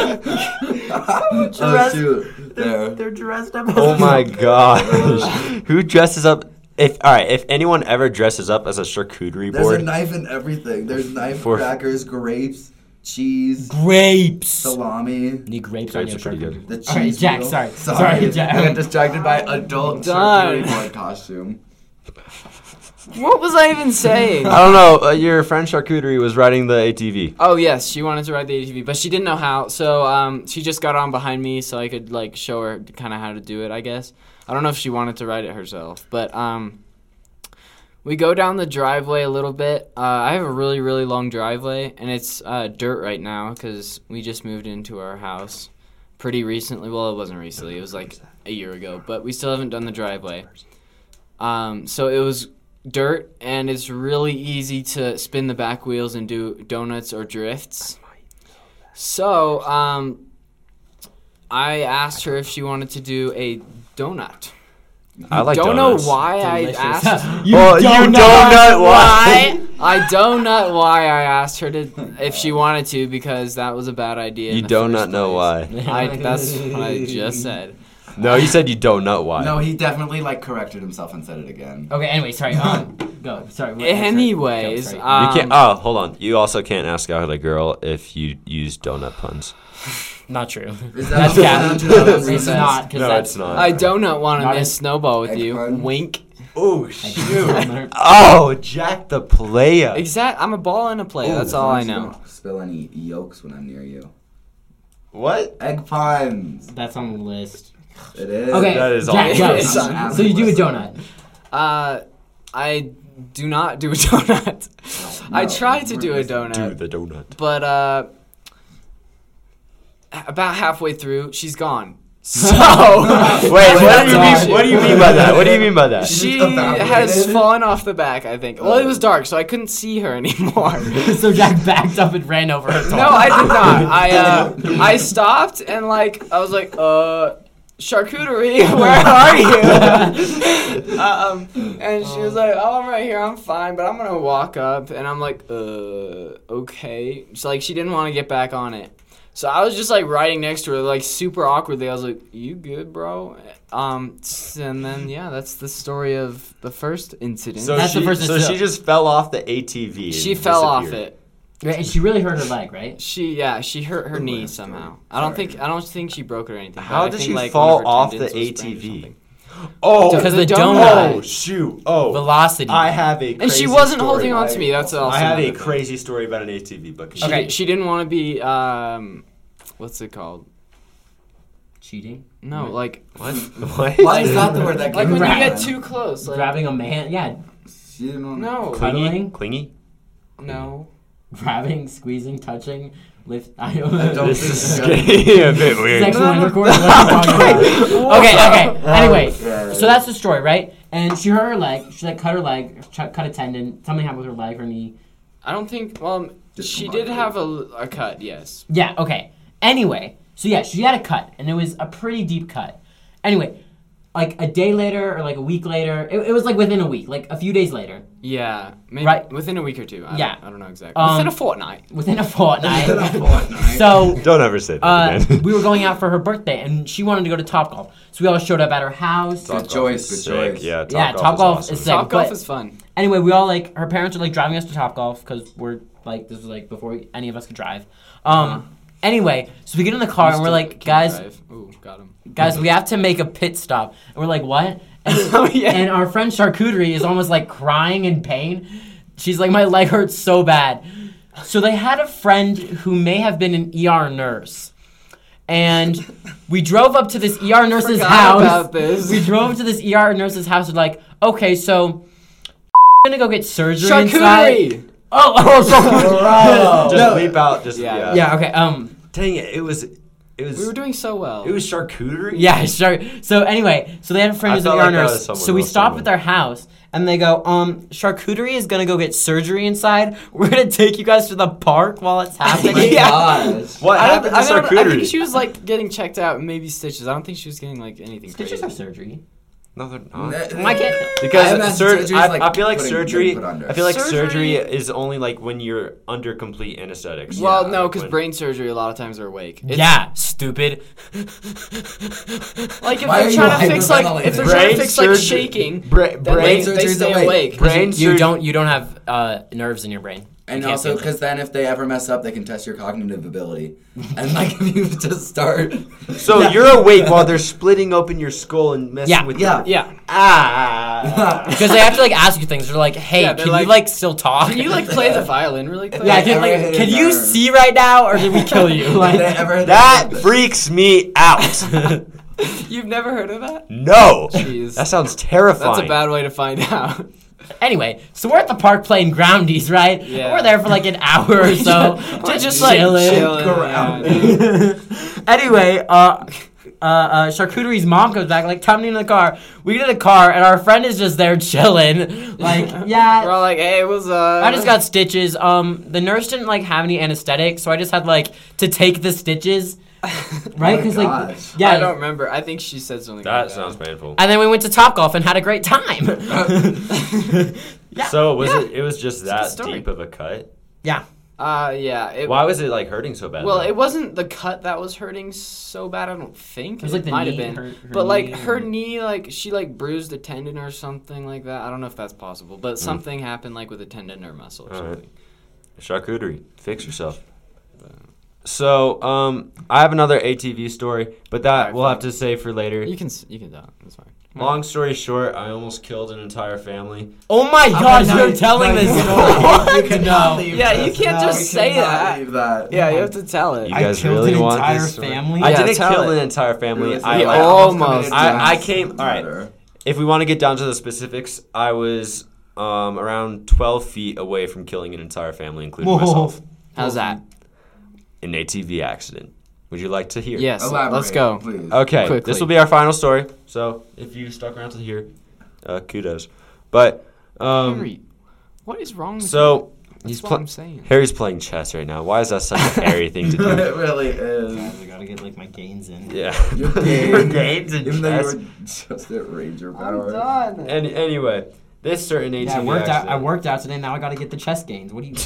Speaker 4: oh shoot! There.
Speaker 2: dressed up.
Speaker 3: oh my gosh. Who dresses up? If all right, if anyone ever dresses up as a charcuterie
Speaker 4: There's
Speaker 3: board,
Speaker 4: a knife in everything. There's knife
Speaker 3: For-
Speaker 4: crackers, grapes, cheese,
Speaker 2: grapes.
Speaker 4: salami.
Speaker 2: Need grapes,
Speaker 3: Grapes
Speaker 2: on
Speaker 3: are pretty
Speaker 2: your charcuterie.
Speaker 3: good.
Speaker 4: The cheese
Speaker 2: All right, Jack,
Speaker 4: wheel.
Speaker 2: sorry. Sorry, Jack.
Speaker 4: I got distracted by adult
Speaker 5: Done.
Speaker 4: charcuterie board costume.
Speaker 5: what was I even saying?
Speaker 3: I don't know. Uh, your friend charcuterie was riding the ATV.
Speaker 5: Oh yes, she wanted to ride the ATV, but she didn't know how. So um, she just got on behind me so I could like show her kind of how to do it. I guess I don't know if she wanted to ride it herself, but um, we go down the driveway a little bit. Uh, I have a really really long driveway, and it's uh, dirt right now because we just moved into our house pretty recently. Well, it wasn't recently; it was like a year ago, but we still haven't done the driveway. Um, so it was dirt and it's really easy to spin the back wheels and do donuts or drifts. So, um, I asked her if she wanted to do a donut.
Speaker 3: I like
Speaker 5: don't
Speaker 3: donuts.
Speaker 5: know why
Speaker 2: Delicious.
Speaker 5: I asked.
Speaker 2: you
Speaker 3: Oh, you don't know why.
Speaker 5: I don't know why I asked her to if she wanted to because that was a bad idea. in
Speaker 3: You
Speaker 5: the
Speaker 3: do
Speaker 5: first
Speaker 3: not know
Speaker 5: place.
Speaker 3: why.
Speaker 5: I, that's what I just said.
Speaker 3: No, you said you don't know why.
Speaker 4: No, he definitely like corrected himself and said it again.
Speaker 2: Okay. Anyway, sorry. Um, go. Sorry. what-
Speaker 5: Anyways,
Speaker 2: Go, sorry.
Speaker 5: um,
Speaker 3: you can't. Oh, hold on. You also can't ask out a girl if you use donut puns.
Speaker 2: not true.
Speaker 4: Is
Speaker 2: That's
Speaker 4: what
Speaker 2: cap.
Speaker 4: happened to the other
Speaker 2: It's
Speaker 4: sentence?
Speaker 2: not. 'cause
Speaker 3: No,
Speaker 2: that's,
Speaker 3: it's not.
Speaker 5: I do not want
Speaker 2: Not
Speaker 5: to miss
Speaker 2: in-
Speaker 5: snowball with
Speaker 4: Egg
Speaker 5: you.
Speaker 4: bun?
Speaker 5: Wink.
Speaker 3: Oh
Speaker 2: I just learned-
Speaker 3: Oh, Jack the player.
Speaker 5: Exact. I'm a ball and a play. that's all I
Speaker 4: Don't
Speaker 5: know.
Speaker 4: Spill any yolks when I'm near you.
Speaker 3: What?
Speaker 4: Egg puns.
Speaker 2: That's on the list.
Speaker 4: It is.
Speaker 2: Okay.
Speaker 3: That is
Speaker 2: Jack,
Speaker 3: on-
Speaker 2: go.
Speaker 4: It's on
Speaker 2: So you do a
Speaker 4: the
Speaker 2: donut.
Speaker 5: Uh, I do not do a donut. I
Speaker 4: No,
Speaker 5: tried to
Speaker 4: we're
Speaker 5: do a
Speaker 4: just-
Speaker 5: donut,
Speaker 3: Do the donut.
Speaker 5: but uh, h- about halfway through, she's gone. So
Speaker 3: Wait, what do you mean? What do you mean by that? What do you mean by that?
Speaker 5: She
Speaker 4: just evaporated.
Speaker 5: has fallen off the back, I think. Well, it was dark, so I couldn't see her anymore.
Speaker 2: so Jack backed up and ran over her.
Speaker 5: No, I did not. I uh, I stopped and like I was like, uh, charcuterie, where are you? um, and she was like, oh, I'm right here. I'm fine, but I'm gonna walk up. And I'm like, uh, okay. So like she didn't want to get back on it. So I was just like riding next to her, like super awkwardly. I was like, "You good, bro?" Um, s- and then yeah, that's the story of the first incident.
Speaker 3: So
Speaker 2: That's
Speaker 3: she,
Speaker 2: the person
Speaker 3: so
Speaker 2: that's
Speaker 3: she
Speaker 2: up.
Speaker 3: just fell off the ATV. and
Speaker 5: she fell off
Speaker 3: disappeared.
Speaker 5: it.
Speaker 2: Right, and she really hurt her leg, right?
Speaker 5: She yeah, she hurt her knee
Speaker 4: I'm
Speaker 5: somehow.
Speaker 4: sorry.
Speaker 5: I don't
Speaker 4: Sorry.
Speaker 5: think I don't think she broke it or anything.
Speaker 3: How
Speaker 5: but I
Speaker 3: did
Speaker 5: think,
Speaker 3: she
Speaker 5: like, one
Speaker 3: fall
Speaker 5: of her
Speaker 3: off the
Speaker 5: tendons was sprained or
Speaker 3: ATV?
Speaker 5: something.
Speaker 3: Oh,
Speaker 2: Because
Speaker 5: The
Speaker 2: the
Speaker 5: donut.
Speaker 2: donut
Speaker 3: oh shoot! Oh,
Speaker 2: velocity.
Speaker 3: I have a. Crazy
Speaker 5: And she wasn't
Speaker 3: story.
Speaker 5: holding on to me. That's also
Speaker 3: I have a
Speaker 5: another thing.
Speaker 3: crazy story about an ATV, but
Speaker 5: She,
Speaker 2: Okay.
Speaker 5: she didn't want to be um, what's it called?
Speaker 2: cheating,
Speaker 5: No, like
Speaker 3: what? What?
Speaker 4: Why is that the word that
Speaker 5: like
Speaker 4: came
Speaker 5: when you
Speaker 4: out?
Speaker 5: get too close. Like,
Speaker 2: grabbing a man, yeah,
Speaker 4: She didn't want
Speaker 5: no,
Speaker 3: Clingy?
Speaker 2: Cuddling?
Speaker 3: Clingy?
Speaker 5: no.
Speaker 2: grabbing, squeezing, touching, lift. I
Speaker 4: don't
Speaker 3: This
Speaker 4: think
Speaker 3: is
Speaker 4: so.
Speaker 3: getting a bit weird.
Speaker 2: Sexual intercourse. What are you talking
Speaker 4: Oh.
Speaker 2: about? okay, okay. Anyway,
Speaker 4: yeah.
Speaker 2: so that's the story, right? And she hurt her leg. She like cut her leg, ch- cut a tendon. Something happened with her leg, her knee.
Speaker 5: I don't think. Well,
Speaker 4: Just
Speaker 5: she
Speaker 4: come
Speaker 5: did
Speaker 4: on.
Speaker 5: have a, a cut. Yes.
Speaker 2: Yeah, okay. Anyway, so yeah, she had a cut, and it was a pretty deep cut. Anyway, like a day later or like a week later, it, it was like within a week, like a few days later,
Speaker 5: Yeah. Maybe
Speaker 2: Right.
Speaker 5: Within a week or two. I
Speaker 2: Yeah.
Speaker 5: Don't, I don't know exactly.
Speaker 2: Um,
Speaker 5: within a fortnight.
Speaker 2: within a fortnight.
Speaker 4: Fortnite.
Speaker 2: so
Speaker 3: Don't ever say that
Speaker 2: uh,
Speaker 3: again.
Speaker 2: we were going out for her birthday, and she wanted to go to Topgolf. So we all showed up at her house.
Speaker 4: Good choice, good choice.
Speaker 3: Yeah, Top
Speaker 2: yeah,
Speaker 3: Golf is
Speaker 2: Topgolf
Speaker 3: awesome.
Speaker 2: is sick.
Speaker 5: Top golf
Speaker 2: but-
Speaker 5: is fun.
Speaker 2: anyway, we all like her parents are like driving us to Top Golf because we're like this was like before we, any of us could drive. Um. Anyway, so we get in the car and we're
Speaker 5: Still
Speaker 2: like,
Speaker 5: can't
Speaker 2: guys,
Speaker 5: drive. Ooh, got him.
Speaker 2: guys, we have to make a pit stop. And we're like, what? And,
Speaker 5: Oh, yeah.
Speaker 2: and our friend Charcuterie is almost like crying in pain. She's like, my leg hurts so bad. So they had a friend who may have been an ER nurse. And we drove up to this ER nurse's
Speaker 5: Forgot
Speaker 2: house.
Speaker 5: about this.
Speaker 2: We drove to this ER nurse's house and like, okay, so gonna go get surgery inside.
Speaker 5: Charcuterie.
Speaker 2: Oh, oh, charcuterie.
Speaker 4: Bro.
Speaker 3: Oh, Just leap out. Just
Speaker 5: Yeah.
Speaker 3: yeah.
Speaker 2: yeah, okay. Um,
Speaker 3: Dang it! It was. It was.
Speaker 5: We were doing so well.
Speaker 3: it was charcuterie.
Speaker 2: Yeah, sure. So anyway, so they had a friend
Speaker 3: I
Speaker 2: who's an
Speaker 3: felt
Speaker 2: ER
Speaker 3: like that
Speaker 2: nurse.
Speaker 3: was someone
Speaker 2: So we
Speaker 3: else
Speaker 2: stopped
Speaker 3: somewhere.
Speaker 2: at their house and they go, um, charcuterie is gonna go get surgery inside. We're gonna take you guys to the park while it's
Speaker 4: Oh my
Speaker 2: happening.
Speaker 5: Yeah.
Speaker 4: gosh.
Speaker 3: What
Speaker 5: I,
Speaker 3: happened
Speaker 5: don't,
Speaker 3: to
Speaker 5: I, don't, I
Speaker 3: charcuterie?
Speaker 5: think she was like getting checked out, and maybe stitches. I don't think she was getting like anything
Speaker 2: Stitches
Speaker 5: crazy.
Speaker 2: are surgery.
Speaker 3: no, they're not.
Speaker 2: Why can't they?
Speaker 4: I
Speaker 3: Because
Speaker 4: imagine
Speaker 3: sur-
Speaker 4: surgery's
Speaker 3: I,
Speaker 4: like
Speaker 3: I feel like
Speaker 4: putting-
Speaker 3: surgery.
Speaker 4: put under.
Speaker 3: I feel like surgery
Speaker 5: Surgery-
Speaker 3: is only like when you're under complete anesthetics.
Speaker 5: Well,
Speaker 3: Yeah,
Speaker 5: no,
Speaker 3: like
Speaker 5: because
Speaker 3: when-
Speaker 5: brain surgery a lot of times are awake. It's-
Speaker 2: yeah, stupid.
Speaker 5: Like if
Speaker 4: Why are
Speaker 5: they're
Speaker 4: you
Speaker 5: trying to fix like
Speaker 4: hyperventilating?
Speaker 5: if they're trying to
Speaker 3: Brain
Speaker 5: fix like
Speaker 3: surgery-
Speaker 5: shaking,
Speaker 3: Bra-
Speaker 5: then
Speaker 3: brain
Speaker 5: they, they
Speaker 4: surgery's
Speaker 5: stay
Speaker 4: awake.
Speaker 5: awake.
Speaker 3: brain
Speaker 2: You
Speaker 3: surg-
Speaker 2: don't. You don't have uh, nerves in your brain.
Speaker 4: And
Speaker 2: You can't
Speaker 4: also,
Speaker 2: feel it.
Speaker 4: because then if they ever mess up, they can test your cognitive ability. And like if you just start,
Speaker 3: So you're awake while they're splitting open your skull and messing
Speaker 2: Yeah.
Speaker 3: with
Speaker 4: Yeah.
Speaker 3: your
Speaker 5: Yeah.
Speaker 3: ah.
Speaker 2: because they have to like ask you things. They're like, hey,
Speaker 5: Yeah, they're
Speaker 2: can
Speaker 5: like-
Speaker 2: you like still talk?
Speaker 5: Can you like play the violin really quick?
Speaker 2: yeah, can,
Speaker 4: Ever
Speaker 2: like,
Speaker 4: hit
Speaker 2: can
Speaker 4: his
Speaker 2: you
Speaker 4: nerve.
Speaker 2: see right now, or did we kill you?
Speaker 4: if
Speaker 2: Like,
Speaker 4: they ever
Speaker 3: that freaks me out.
Speaker 5: You've never heard of that?
Speaker 3: no,
Speaker 5: Jeez.
Speaker 3: that sounds terrifying.
Speaker 5: That's a bad way to find out.
Speaker 2: Anyway, so we're at the park playing groundies, right?
Speaker 5: Yeah.
Speaker 2: We're there for like an hour or so,
Speaker 5: We're
Speaker 2: just, just like
Speaker 5: chilling.
Speaker 2: chilling.
Speaker 5: yeah.
Speaker 2: anyway, uh, uh, uh, charcuterie's mom comes back, like, come in the car. We get in the car, and our friend is just there chilling, like,
Speaker 5: We're
Speaker 2: yeah.
Speaker 5: all like, hey, what's up?
Speaker 2: I just got stitches. Um, the nurse didn't like have any anesthetic, so I just had like to take the stitches, right?
Speaker 4: my
Speaker 2: Because like,
Speaker 4: gosh.
Speaker 2: yeah.
Speaker 5: I don't remember. I think she said something.
Speaker 3: That
Speaker 5: like
Speaker 3: sounds painful.
Speaker 2: and then we went to Top Golf and had a great time. yeah.
Speaker 3: So was it? It was just
Speaker 5: good
Speaker 3: that
Speaker 5: story.
Speaker 3: deep of a cut.
Speaker 2: yeah.
Speaker 5: that. Uh, yeah. It,
Speaker 3: Why was it like hurting so bad?
Speaker 5: Well,
Speaker 3: though?
Speaker 5: it wasn't the cut that was hurting so bad. I don't think it,
Speaker 2: was like the
Speaker 5: might
Speaker 2: knee,
Speaker 5: have been,
Speaker 2: her- her
Speaker 5: but like
Speaker 2: knee
Speaker 5: her
Speaker 2: and-
Speaker 5: knee, like she like bruised a tendon or something like that. I don't know if that's possible, but something happened like with a tendon or muscle or
Speaker 3: Mm. All right.
Speaker 5: something.
Speaker 3: Charcuterie. Fix yourself. So, um, I have another ATV story, but that
Speaker 5: right,
Speaker 3: we'll have
Speaker 5: fine.
Speaker 3: to save for later.
Speaker 5: You can s- you can talk. That's fine.
Speaker 3: Long story short, I almost killed an entire family.
Speaker 2: Oh my gosh,
Speaker 4: no,
Speaker 2: you're
Speaker 4: you-
Speaker 2: telling
Speaker 4: no,
Speaker 2: this
Speaker 4: you
Speaker 2: story.
Speaker 4: You cannot leave
Speaker 5: Yeah,
Speaker 4: this.
Speaker 5: you can't
Speaker 4: No,
Speaker 5: just
Speaker 4: we
Speaker 5: say
Speaker 4: cannot
Speaker 5: that.
Speaker 4: leave that.
Speaker 5: Yeah, you have to tell it.
Speaker 3: You
Speaker 5: I,
Speaker 6: I
Speaker 3: guys
Speaker 6: killed
Speaker 3: really
Speaker 6: an
Speaker 3: want
Speaker 6: entire
Speaker 3: this story?
Speaker 6: family?
Speaker 3: I
Speaker 5: Yeah,
Speaker 3: didn't
Speaker 5: tell
Speaker 3: kill
Speaker 5: it.
Speaker 3: an entire family. I,
Speaker 5: He
Speaker 3: like,
Speaker 5: almost-
Speaker 4: committed
Speaker 3: I- I
Speaker 4: mass
Speaker 3: came- all right.
Speaker 4: murder.
Speaker 3: if we want to get down to the specifics, I was um, around 12 feet away from killing an entire family, including
Speaker 2: Whoa.
Speaker 3: myself,
Speaker 5: How's that?
Speaker 3: in an ATV accident. Would you like to hear?
Speaker 5: Yes.
Speaker 4: Elaborate,
Speaker 5: Let's go.
Speaker 4: Please.
Speaker 3: Okay,
Speaker 5: Quickly.
Speaker 3: this will be our final story. So if you stuck around to here, uh, kudos. But um,
Speaker 5: Harry, what is wrong? With you?
Speaker 3: so he's
Speaker 5: that's what
Speaker 3: pl-
Speaker 5: I'm saying.
Speaker 3: Harry's playing chess right now. Why is that such a hairy thing to do?
Speaker 4: it really is.
Speaker 2: I gotta get like my gains in.
Speaker 3: Yeah.
Speaker 4: You're
Speaker 3: Your
Speaker 4: gay.
Speaker 3: gains and
Speaker 4: Even though
Speaker 3: chess.
Speaker 4: you were just at Ranger Power.
Speaker 3: Any, anyway, this certain ATV
Speaker 2: Yeah, I worked out.
Speaker 3: accident.
Speaker 2: I worked out today. Now I gotta get the chest gains. What do you?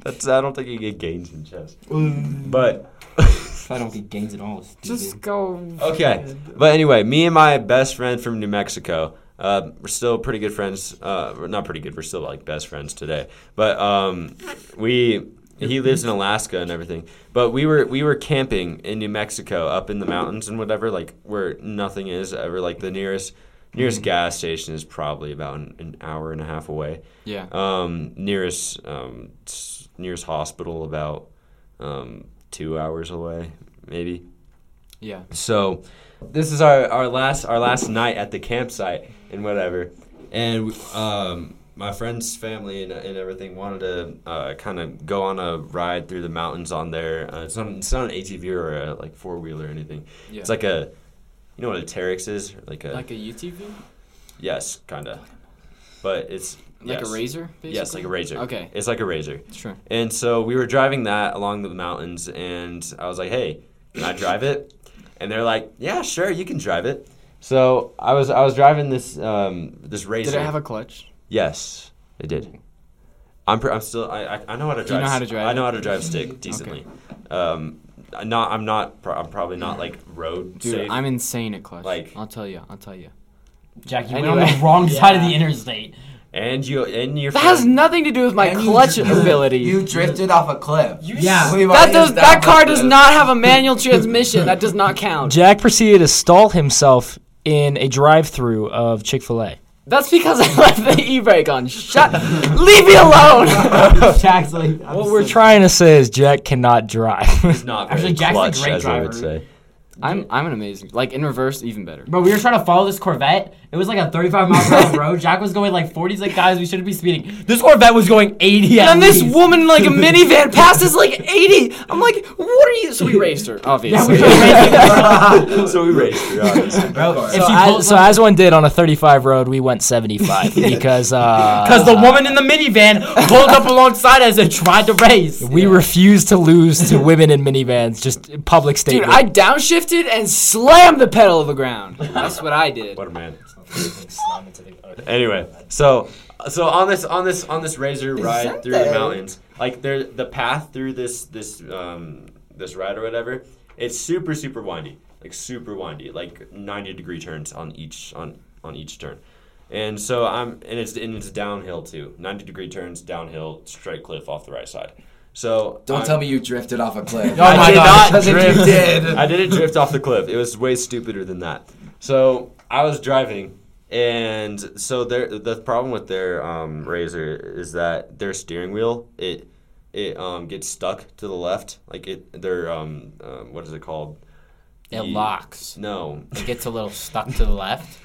Speaker 3: That's I don't think you get gains in chess. But
Speaker 2: if I don't get gains at all, it's
Speaker 5: Just
Speaker 2: stupid.
Speaker 5: go.
Speaker 3: okay. But anyway, me and my best friend from New Mexico, uh, we're still pretty good friends. Uh, we're not pretty good. We're still like best friends today. But um, we he lives in Alaska and everything. But we were we were camping in New Mexico, up in the mountains and whatever, like where nothing is ever. Like the nearest nearest gas station is probably about an, an hour and a half away.
Speaker 5: Yeah.
Speaker 3: um, nearest um, s- nearest hospital about um, two hours away, maybe.
Speaker 5: Yeah.
Speaker 3: So this is our, our last our last night at the campsite and whatever, and um, my friend's family and, and everything wanted to uh, kind of go on a ride through the mountains on their uh, it's not it's not an ATV or a like four wheeler or anything.
Speaker 5: Yeah.
Speaker 3: It's like a you know what a Terex is like a
Speaker 5: Like a UTV?
Speaker 3: yes kind of, but it's
Speaker 5: Like
Speaker 3: yes.
Speaker 5: a razor? Basically?
Speaker 3: Yes, like a razor.
Speaker 5: Okay.
Speaker 3: It's like a razor.
Speaker 5: Sure.
Speaker 3: And so we were driving that along the mountains, and I was like, "Hey, can I drive it?" And they're like, "Yeah, sure, you can drive it." So I was I was driving this um, this razor.
Speaker 5: Did it have a clutch?
Speaker 3: yes, it did. I'm pr- I'm still I, I I know how to drive.
Speaker 5: you know how
Speaker 3: s-
Speaker 5: to drive
Speaker 3: I
Speaker 5: it?
Speaker 3: know how to drive stick decently. Um, I'm not I'm not pro- I'm probably not like road
Speaker 5: Dude,
Speaker 3: safe.
Speaker 5: I'm insane at clutch.
Speaker 3: Like-
Speaker 5: I'll tell you. I'll tell you.
Speaker 2: Jack, you went on
Speaker 5: Anyway.
Speaker 2: the wrong side of the
Speaker 5: Yeah.
Speaker 2: interstate.
Speaker 3: and you and your
Speaker 5: That has
Speaker 3: friend-
Speaker 5: nothing to do with my
Speaker 4: And you
Speaker 5: clutch
Speaker 4: dri-
Speaker 5: ability.
Speaker 4: You drifted off a cliff.
Speaker 2: Yeah.
Speaker 4: We've
Speaker 5: that
Speaker 4: already
Speaker 5: does. That
Speaker 4: established
Speaker 5: car does
Speaker 4: this.
Speaker 5: not have a manual transmission. That does not count.
Speaker 6: Jack proceeded to stall himself in a drive-through of Chick-fil-A.
Speaker 5: That's because I left the e-brake on. Shut. Leave me alone.
Speaker 2: Jack's like, I'm
Speaker 6: What we're
Speaker 2: sick.
Speaker 6: trying to say is Jack cannot drive.
Speaker 3: is not very
Speaker 2: Actually, Jack's a
Speaker 3: clutch,
Speaker 2: great
Speaker 3: as I would
Speaker 2: driver.
Speaker 3: say.
Speaker 5: I'm. I'm an amazing. Like in reverse, even better.
Speaker 2: Bro, we were trying to follow this Corvette. It was like a 35 mile per hour road. Jack was going like 40s. Like, guys, we shouldn't be speeding. This Corvette was going 80. at
Speaker 5: And this
Speaker 2: least.
Speaker 5: woman, in, like a minivan, passes like 80. I'm like, what are you? So we raced her,
Speaker 2: Yeah, we
Speaker 5: obviously.
Speaker 2: were racing.
Speaker 3: so we raced her. Obviously.
Speaker 4: Bro,
Speaker 2: If
Speaker 6: so,
Speaker 2: she
Speaker 6: as,
Speaker 2: pulls
Speaker 6: so
Speaker 2: up-
Speaker 6: as one did on a 35 road, we went 75 because uh,
Speaker 2: Because the woman in the minivan pulled up alongside us and tried to race.
Speaker 6: uh, we refuse to lose to women in minivans. Just public
Speaker 5: Dude,
Speaker 6: statement.
Speaker 5: I downshifted and slammed the pedal to the ground. That's what I did.
Speaker 3: What a man. anyway, so so on this on this on this razor ride through the mountains, like there the path through this this um this ride or whatever, it's super super windy, like super windy, like ninety degree turns on each on on each turn. And so I'm, and it's and it's downhill too. Ninety degree turns downhill, straight cliff off the right side. So
Speaker 4: Don't
Speaker 3: I'm-
Speaker 4: tell me you drifted off a cliff.
Speaker 6: Oh my
Speaker 3: I did
Speaker 6: God,
Speaker 3: not
Speaker 4: Because
Speaker 6: it
Speaker 4: if you
Speaker 6: drift.
Speaker 4: did.
Speaker 3: I didn't drift off the cliff. It was way stupider than that. So I was driving, and so their the problem with their um, Razor is that their steering wheel it it um, gets stuck to the left. Like it their um, um what is it called?
Speaker 2: It
Speaker 3: Ye-
Speaker 2: locks.
Speaker 3: No,
Speaker 2: It gets a little stuck to the left.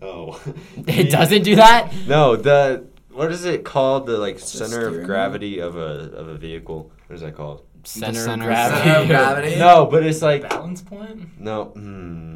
Speaker 3: no.
Speaker 2: It doesn't do that.
Speaker 3: No, the what is it called? The like center
Speaker 4: steering
Speaker 3: of
Speaker 4: wheel?
Speaker 3: gravity of a of a vehicle. What is that called?
Speaker 2: Center, of
Speaker 5: center of
Speaker 2: gravity.
Speaker 4: Center of gravity.
Speaker 3: No, but it's like
Speaker 6: balance point.
Speaker 3: no. Hmm.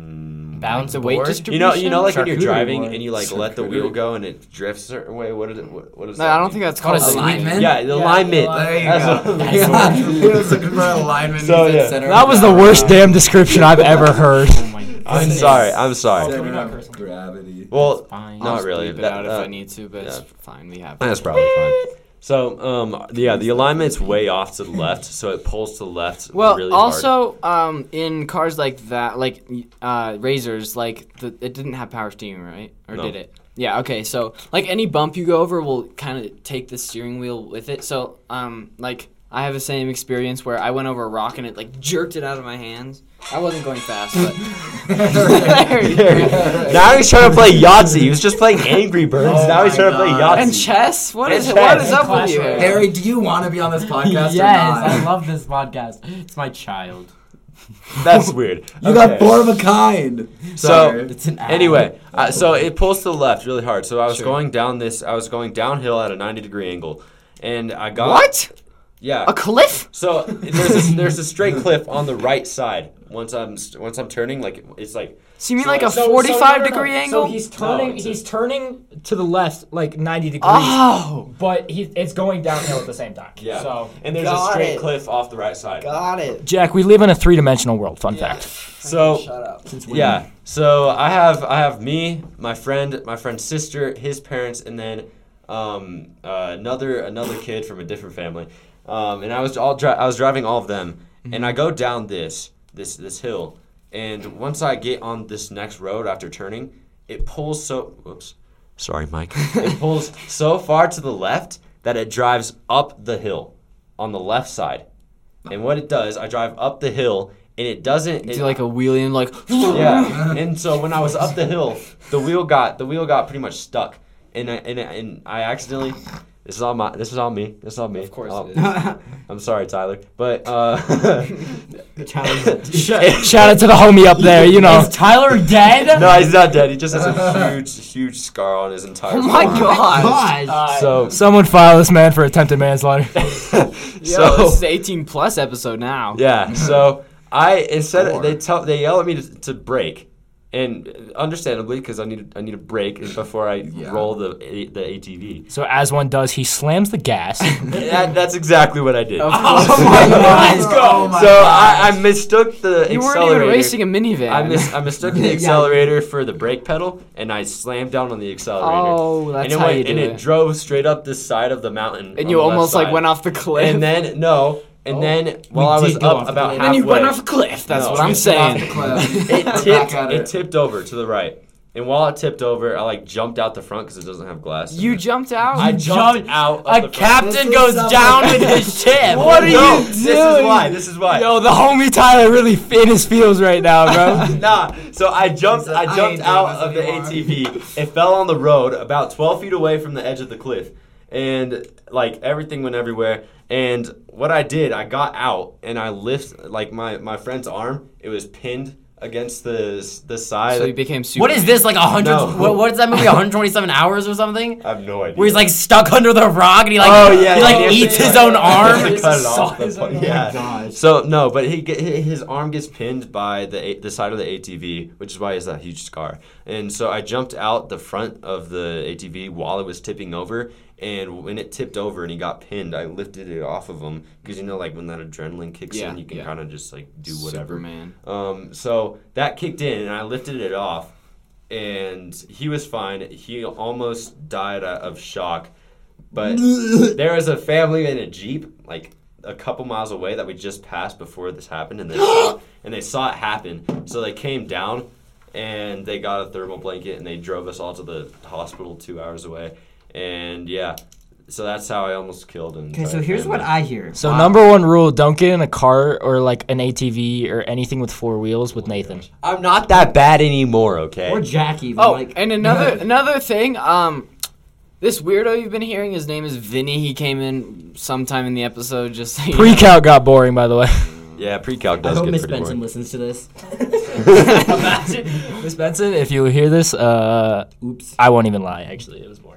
Speaker 2: Bounce
Speaker 5: The
Speaker 2: the
Speaker 5: weight
Speaker 2: weight
Speaker 5: distribution?
Speaker 3: You know, you know, like when you're
Speaker 2: Charcuterie
Speaker 3: driving
Speaker 2: board.
Speaker 3: and you like let the
Speaker 4: Charcuterie.
Speaker 3: wheel go and it drifts a certain way. What is it? What, what is
Speaker 5: No,
Speaker 3: that?
Speaker 5: I don't
Speaker 3: mean?
Speaker 5: think that's called a
Speaker 4: Alignment?
Speaker 5: alignment.
Speaker 3: Yeah, the alignment.
Speaker 4: There you
Speaker 3: That's
Speaker 4: go.
Speaker 3: what-
Speaker 4: Yeah. he was looking for alignment.
Speaker 3: So,
Speaker 4: he said
Speaker 3: yeah.
Speaker 4: center
Speaker 6: That
Speaker 4: of
Speaker 6: was the
Speaker 4: gravity.
Speaker 6: worst damn description I've ever heard.
Speaker 2: Oh my god.
Speaker 3: I'm sorry. I'm sorry.
Speaker 4: Center of gravity.
Speaker 3: Well,
Speaker 2: Fine.
Speaker 3: not really.
Speaker 5: Leave it
Speaker 3: That-
Speaker 5: out if
Speaker 3: uh,
Speaker 5: I need to, but it's
Speaker 3: yeah.
Speaker 5: fine. We have.
Speaker 3: That's probably fine. So, um, yeah, the alignment's way off to the left, so it pulls to the left.
Speaker 5: Well,
Speaker 3: really hard.
Speaker 5: also, um, in cars like that, like uh, razors, like the, it didn't have power steering, right? Or
Speaker 3: No.
Speaker 5: did it? Yeah. Okay. So, like any bump you go over will kind of take the steering wheel with it. So, um, like I have the same experience where I went over a rock and it like jerked it out of my hands. I wasn't going fast, but
Speaker 3: now he's trying to play Yahtzee. He was just playing Angry Birds.
Speaker 4: Oh
Speaker 3: now he's
Speaker 4: my
Speaker 3: trying to play
Speaker 4: God.
Speaker 3: Yahtzee.
Speaker 5: and chess. What
Speaker 3: And
Speaker 5: is what
Speaker 3: chess.
Speaker 5: is up
Speaker 2: Clash
Speaker 5: with you?
Speaker 2: Royale.
Speaker 4: Harry, do you want to be on this podcast
Speaker 2: Yes,
Speaker 4: or not?
Speaker 2: I love this podcast. It's my child.
Speaker 3: That's weird.
Speaker 4: You got
Speaker 3: Okay.
Speaker 4: four of a kind.
Speaker 3: So
Speaker 2: It's an ad.
Speaker 3: anyway, uh, so it pulls to the left really hard. So I was
Speaker 5: Sure.
Speaker 3: going down this. I was going downhill at a 90 degree angle, and I got
Speaker 5: What?
Speaker 3: Yeah.
Speaker 5: A cliff?
Speaker 3: So there's this, there's a straight cliff on the right side. Once I'm st- once I'm turning, like it's like
Speaker 5: So you mean
Speaker 3: So-
Speaker 5: like a
Speaker 3: so-
Speaker 6: So- so-
Speaker 5: 45
Speaker 6: no, no, no.
Speaker 5: degree
Speaker 6: So
Speaker 5: angle?
Speaker 6: he's
Speaker 3: No,
Speaker 6: turning.
Speaker 3: it's a-
Speaker 6: he's turning to the left like 90 degrees,
Speaker 5: oh.
Speaker 6: but he it's going downhill at the same time.
Speaker 3: yeah.
Speaker 6: So
Speaker 3: and there's a
Speaker 7: Got
Speaker 3: straight
Speaker 7: it.
Speaker 3: cliff off the right side.
Speaker 7: Got it.
Speaker 6: Jack, we live in a three-dimensional world. Fun fact.
Speaker 3: So
Speaker 7: Shut up.
Speaker 3: yeah. So I have I have me, my friend, my friend's sister, his parents, and then um, uh, another another kid from a different family. Um, and I was all dri- I was driving all of them, and I go down this this this hill, and once I get on this next road after turning, it pulls so whoops, sorry Mike, it pulls so far to the left that it drives up the hill on the left side, and what it does, I drive up the hill. And it doesn't. it-
Speaker 5: Do like a wheelie and like.
Speaker 3: yeah. And so when I was up the hill, the wheel got the wheel got pretty much stuck, and I, and I, and I accidentally. This is all my. This is all me. This is all me. Of course. I'm sorry, Tyler, but uh,
Speaker 6: Shout out to the homie up there. You know,
Speaker 2: Is Tyler dead?
Speaker 3: no, he's not dead. He just has a huge, huge scar on his entire. Oh
Speaker 5: my god.
Speaker 2: God.
Speaker 3: So
Speaker 6: someone file this man for attempted manslaughter.
Speaker 5: Yo,
Speaker 3: so
Speaker 5: this is 18 plus episode now.
Speaker 3: Yeah. So I instead
Speaker 4: Or-
Speaker 3: they tell they yell at me to, to break, and understandably because I need I need a break before I
Speaker 4: Yeah.
Speaker 3: roll the the ATV.
Speaker 6: So as one does, he slams the gas.
Speaker 3: that, that's exactly what I did. Oh
Speaker 2: Oh
Speaker 4: Let's
Speaker 3: so I, I mistook the
Speaker 5: You weren't
Speaker 3: accelerator.
Speaker 5: even racing a minivan.
Speaker 3: I, mis- I mistook the accelerator for the brake pedal, and I slammed down on the accelerator.
Speaker 5: Oh, that's
Speaker 3: and it
Speaker 5: how
Speaker 3: went,
Speaker 5: you do
Speaker 3: and
Speaker 5: it.
Speaker 3: drove straight up this side of the mountain.
Speaker 5: and you almost like went off the cliff.
Speaker 3: And then no, and then while I
Speaker 2: Oh. did
Speaker 3: was
Speaker 2: go off
Speaker 3: up
Speaker 2: the
Speaker 3: about
Speaker 2: cliff.
Speaker 3: halfway,
Speaker 2: And you went off a cliff.
Speaker 5: That's
Speaker 3: No,
Speaker 5: what I'm
Speaker 3: it's
Speaker 5: saying.
Speaker 3: it tipped,
Speaker 4: back at
Speaker 3: it.
Speaker 4: it.
Speaker 3: tipped over to the right. And while it tipped over, I like jumped out the front because it doesn't have glass. in
Speaker 5: You
Speaker 3: it.
Speaker 5: jumped out.
Speaker 3: I jumped,
Speaker 2: jumped-
Speaker 3: out. Of
Speaker 2: A
Speaker 3: the front.
Speaker 2: captain
Speaker 7: This is
Speaker 2: goes
Speaker 7: something-
Speaker 2: down with his ship.
Speaker 6: What are
Speaker 3: No,
Speaker 6: you
Speaker 3: this is why. This is why.
Speaker 6: Yo, the homie Tyler really in his feels right now, bro.
Speaker 3: Nah, so I jumped.
Speaker 4: I
Speaker 3: I
Speaker 4: ain't
Speaker 3: jumped
Speaker 4: doing
Speaker 3: out
Speaker 4: this
Speaker 3: of the
Speaker 4: anymore.
Speaker 3: ATV. It fell on the road about 12 feet away from the edge of the cliff, and like everything went everywhere. And what I did, I got out and I lift like my my friend's arm. It was pinned against the the side.
Speaker 5: so you became super.
Speaker 2: What is this like a hundred?
Speaker 3: No.
Speaker 2: What, what is that movie? 127 hours or something?
Speaker 3: I have no idea.
Speaker 2: Where he's like stuck under the rock and he like
Speaker 3: Oh yeah,
Speaker 2: he
Speaker 3: he
Speaker 2: like
Speaker 3: has to
Speaker 2: eats
Speaker 3: cut-
Speaker 2: his own
Speaker 3: he
Speaker 2: arm.
Speaker 3: has to
Speaker 2: It's
Speaker 3: cut it
Speaker 2: so-
Speaker 3: off. That's funny. Yeah.
Speaker 4: Oh gosh.
Speaker 3: So no, but he get, hi- his arm gets pinned by the a- the side of the ATV, which is why he has that huge scar. And so I jumped out the front of the ATV while it was tipping over, and when it tipped over and he got pinned, I lifted it off of him because you know like when that adrenaline kicks
Speaker 5: Yeah,
Speaker 3: in, you can
Speaker 5: yeah.
Speaker 3: kind of just like do whatever.
Speaker 5: Superman.
Speaker 3: Um, so that kicked in, and I lifted it off, and he was fine. He almost died o- of shock, but there was a family in a jeep, like a couple miles away, that we just passed before this happened, and they saw, and they saw it happen. So they came down, and they got a thermal blanket, and they drove us all to the hospital two hours away, and yeah. So that's how I almost killed him.
Speaker 7: Okay, so here's what I hear.
Speaker 6: So number one rule: don't get in a car or like an ATV or anything with four wheels with Nathan.
Speaker 3: I'm not that bad anymore, okay?
Speaker 7: Or Jack even.
Speaker 5: Oh,
Speaker 7: like,
Speaker 5: and another another thing. Um, this weirdo you've been hearing, his name is Vinny. He came in sometime in the episode. Just so you know.
Speaker 6: Pre-calc got boring, by the way.
Speaker 3: yeah, pre-calc
Speaker 7: I
Speaker 3: does
Speaker 7: hope
Speaker 3: get
Speaker 7: Miss
Speaker 3: pretty boring.
Speaker 7: Benson listens to this.
Speaker 6: Miss Benson, if you hear this, uh,
Speaker 7: Oops.
Speaker 6: I won't even lie. Actually, it was boring.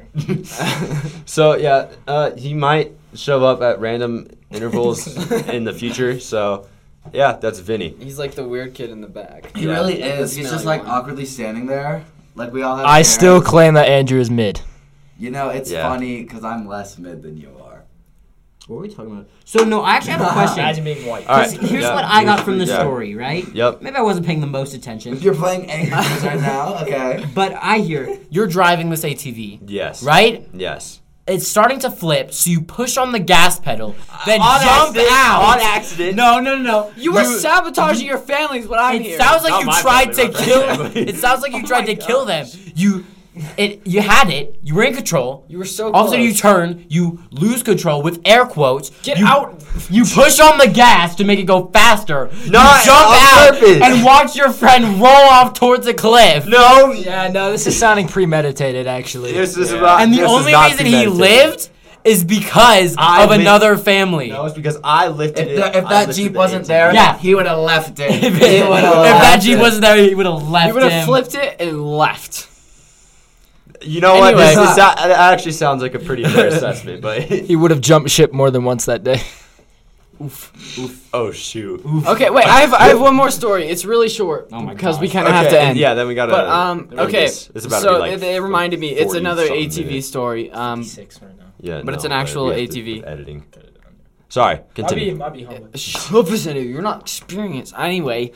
Speaker 3: So yeah, uh, he might show up at random intervals in the future. So yeah, that's Vinny.
Speaker 5: He's like the weird kid in the back.
Speaker 4: He
Speaker 3: Yeah.
Speaker 4: really is. He's
Speaker 5: Smelly
Speaker 4: just like
Speaker 5: one.
Speaker 4: awkwardly standing there. Like we all have.
Speaker 6: I still
Speaker 4: parents.
Speaker 6: claim that Andrew is mid.
Speaker 4: You know, it's
Speaker 3: Yeah.
Speaker 4: funny because I'm less mid than you are.
Speaker 7: What were we talking about? So no, I actually have a question.
Speaker 6: being white.
Speaker 3: All right.
Speaker 7: Here's
Speaker 3: yeah,
Speaker 7: what I got from the
Speaker 3: yeah.
Speaker 7: story, right?
Speaker 3: Yep.
Speaker 7: Maybe I wasn't paying the most attention,
Speaker 4: You're playing angry right now. Okay.
Speaker 7: but I hear
Speaker 2: You're driving this ATV,
Speaker 3: Yes.
Speaker 2: right?
Speaker 3: Yes.
Speaker 2: It's starting to flip, so you push on the gas pedal, then
Speaker 3: on
Speaker 2: jump
Speaker 3: accident,
Speaker 2: out.
Speaker 3: on accident.
Speaker 2: No, no, no.
Speaker 5: You were sabotaging your family, is what I'm
Speaker 2: It
Speaker 5: hearing.
Speaker 2: sounds like
Speaker 3: Not
Speaker 2: you
Speaker 3: my
Speaker 2: tried
Speaker 3: family,
Speaker 2: to
Speaker 3: my
Speaker 2: kill.
Speaker 3: family.
Speaker 2: It sounds
Speaker 7: Oh
Speaker 2: like you tried to kill them. You, it, you had it. You were in control.
Speaker 5: you were so.
Speaker 2: All of a sudden, you
Speaker 5: close.
Speaker 2: turn, you lose control with air quotes.
Speaker 5: Get
Speaker 2: you,
Speaker 5: out.
Speaker 2: You push on the gas to make it go faster.
Speaker 3: Not
Speaker 2: you jump
Speaker 3: on
Speaker 2: out
Speaker 3: purpose.
Speaker 2: and watch your friend roll off towards a cliff.
Speaker 3: No.
Speaker 6: Yeah, no, this is sounding premeditated, actually.
Speaker 3: This is not.
Speaker 2: And the
Speaker 3: this is
Speaker 2: only
Speaker 3: not
Speaker 2: reason he
Speaker 3: premeditated.
Speaker 2: lived is because
Speaker 3: I
Speaker 2: of
Speaker 3: live-
Speaker 2: another family.
Speaker 3: No, it's because I lifted
Speaker 4: If,
Speaker 3: it.
Speaker 4: the, if
Speaker 3: I
Speaker 4: that
Speaker 3: lifted
Speaker 4: Jeep
Speaker 3: the
Speaker 4: wasn't
Speaker 3: 18.
Speaker 4: there,
Speaker 2: Yeah.
Speaker 4: he would have left it.
Speaker 2: if,
Speaker 4: He
Speaker 2: if
Speaker 4: would've
Speaker 2: that
Speaker 4: left
Speaker 2: Jeep
Speaker 4: it.
Speaker 2: wasn't there, he would have left
Speaker 5: You would
Speaker 2: him.
Speaker 5: have flipped it and left.
Speaker 3: You know what? This,
Speaker 2: Anyway.
Speaker 3: this, that actually sounds like a pretty fair assessment, but
Speaker 6: He would have jumped ship more than once that day.
Speaker 3: oh shoot.
Speaker 5: Okay, wait. I have I have one more story. It's really short
Speaker 2: Oh my
Speaker 5: because we
Speaker 2: gosh.
Speaker 5: kind of have to
Speaker 3: Okay,
Speaker 5: end.
Speaker 3: Yeah, then we gotta.
Speaker 5: But um,
Speaker 3: then we
Speaker 5: okay.
Speaker 3: just- it's about to
Speaker 5: so
Speaker 3: be like
Speaker 5: it, it reminded me. It's
Speaker 3: 40
Speaker 5: another
Speaker 3: something
Speaker 5: ATV
Speaker 3: minutes.
Speaker 5: story. Um,
Speaker 7: Six right now.
Speaker 3: Yeah,
Speaker 5: but it's an
Speaker 3: we
Speaker 5: actual
Speaker 3: have to do
Speaker 5: ATV.
Speaker 3: editing. Sorry, continue.
Speaker 7: I'll be humble.
Speaker 5: shut up, Vinny, You're not experienced. Anyway,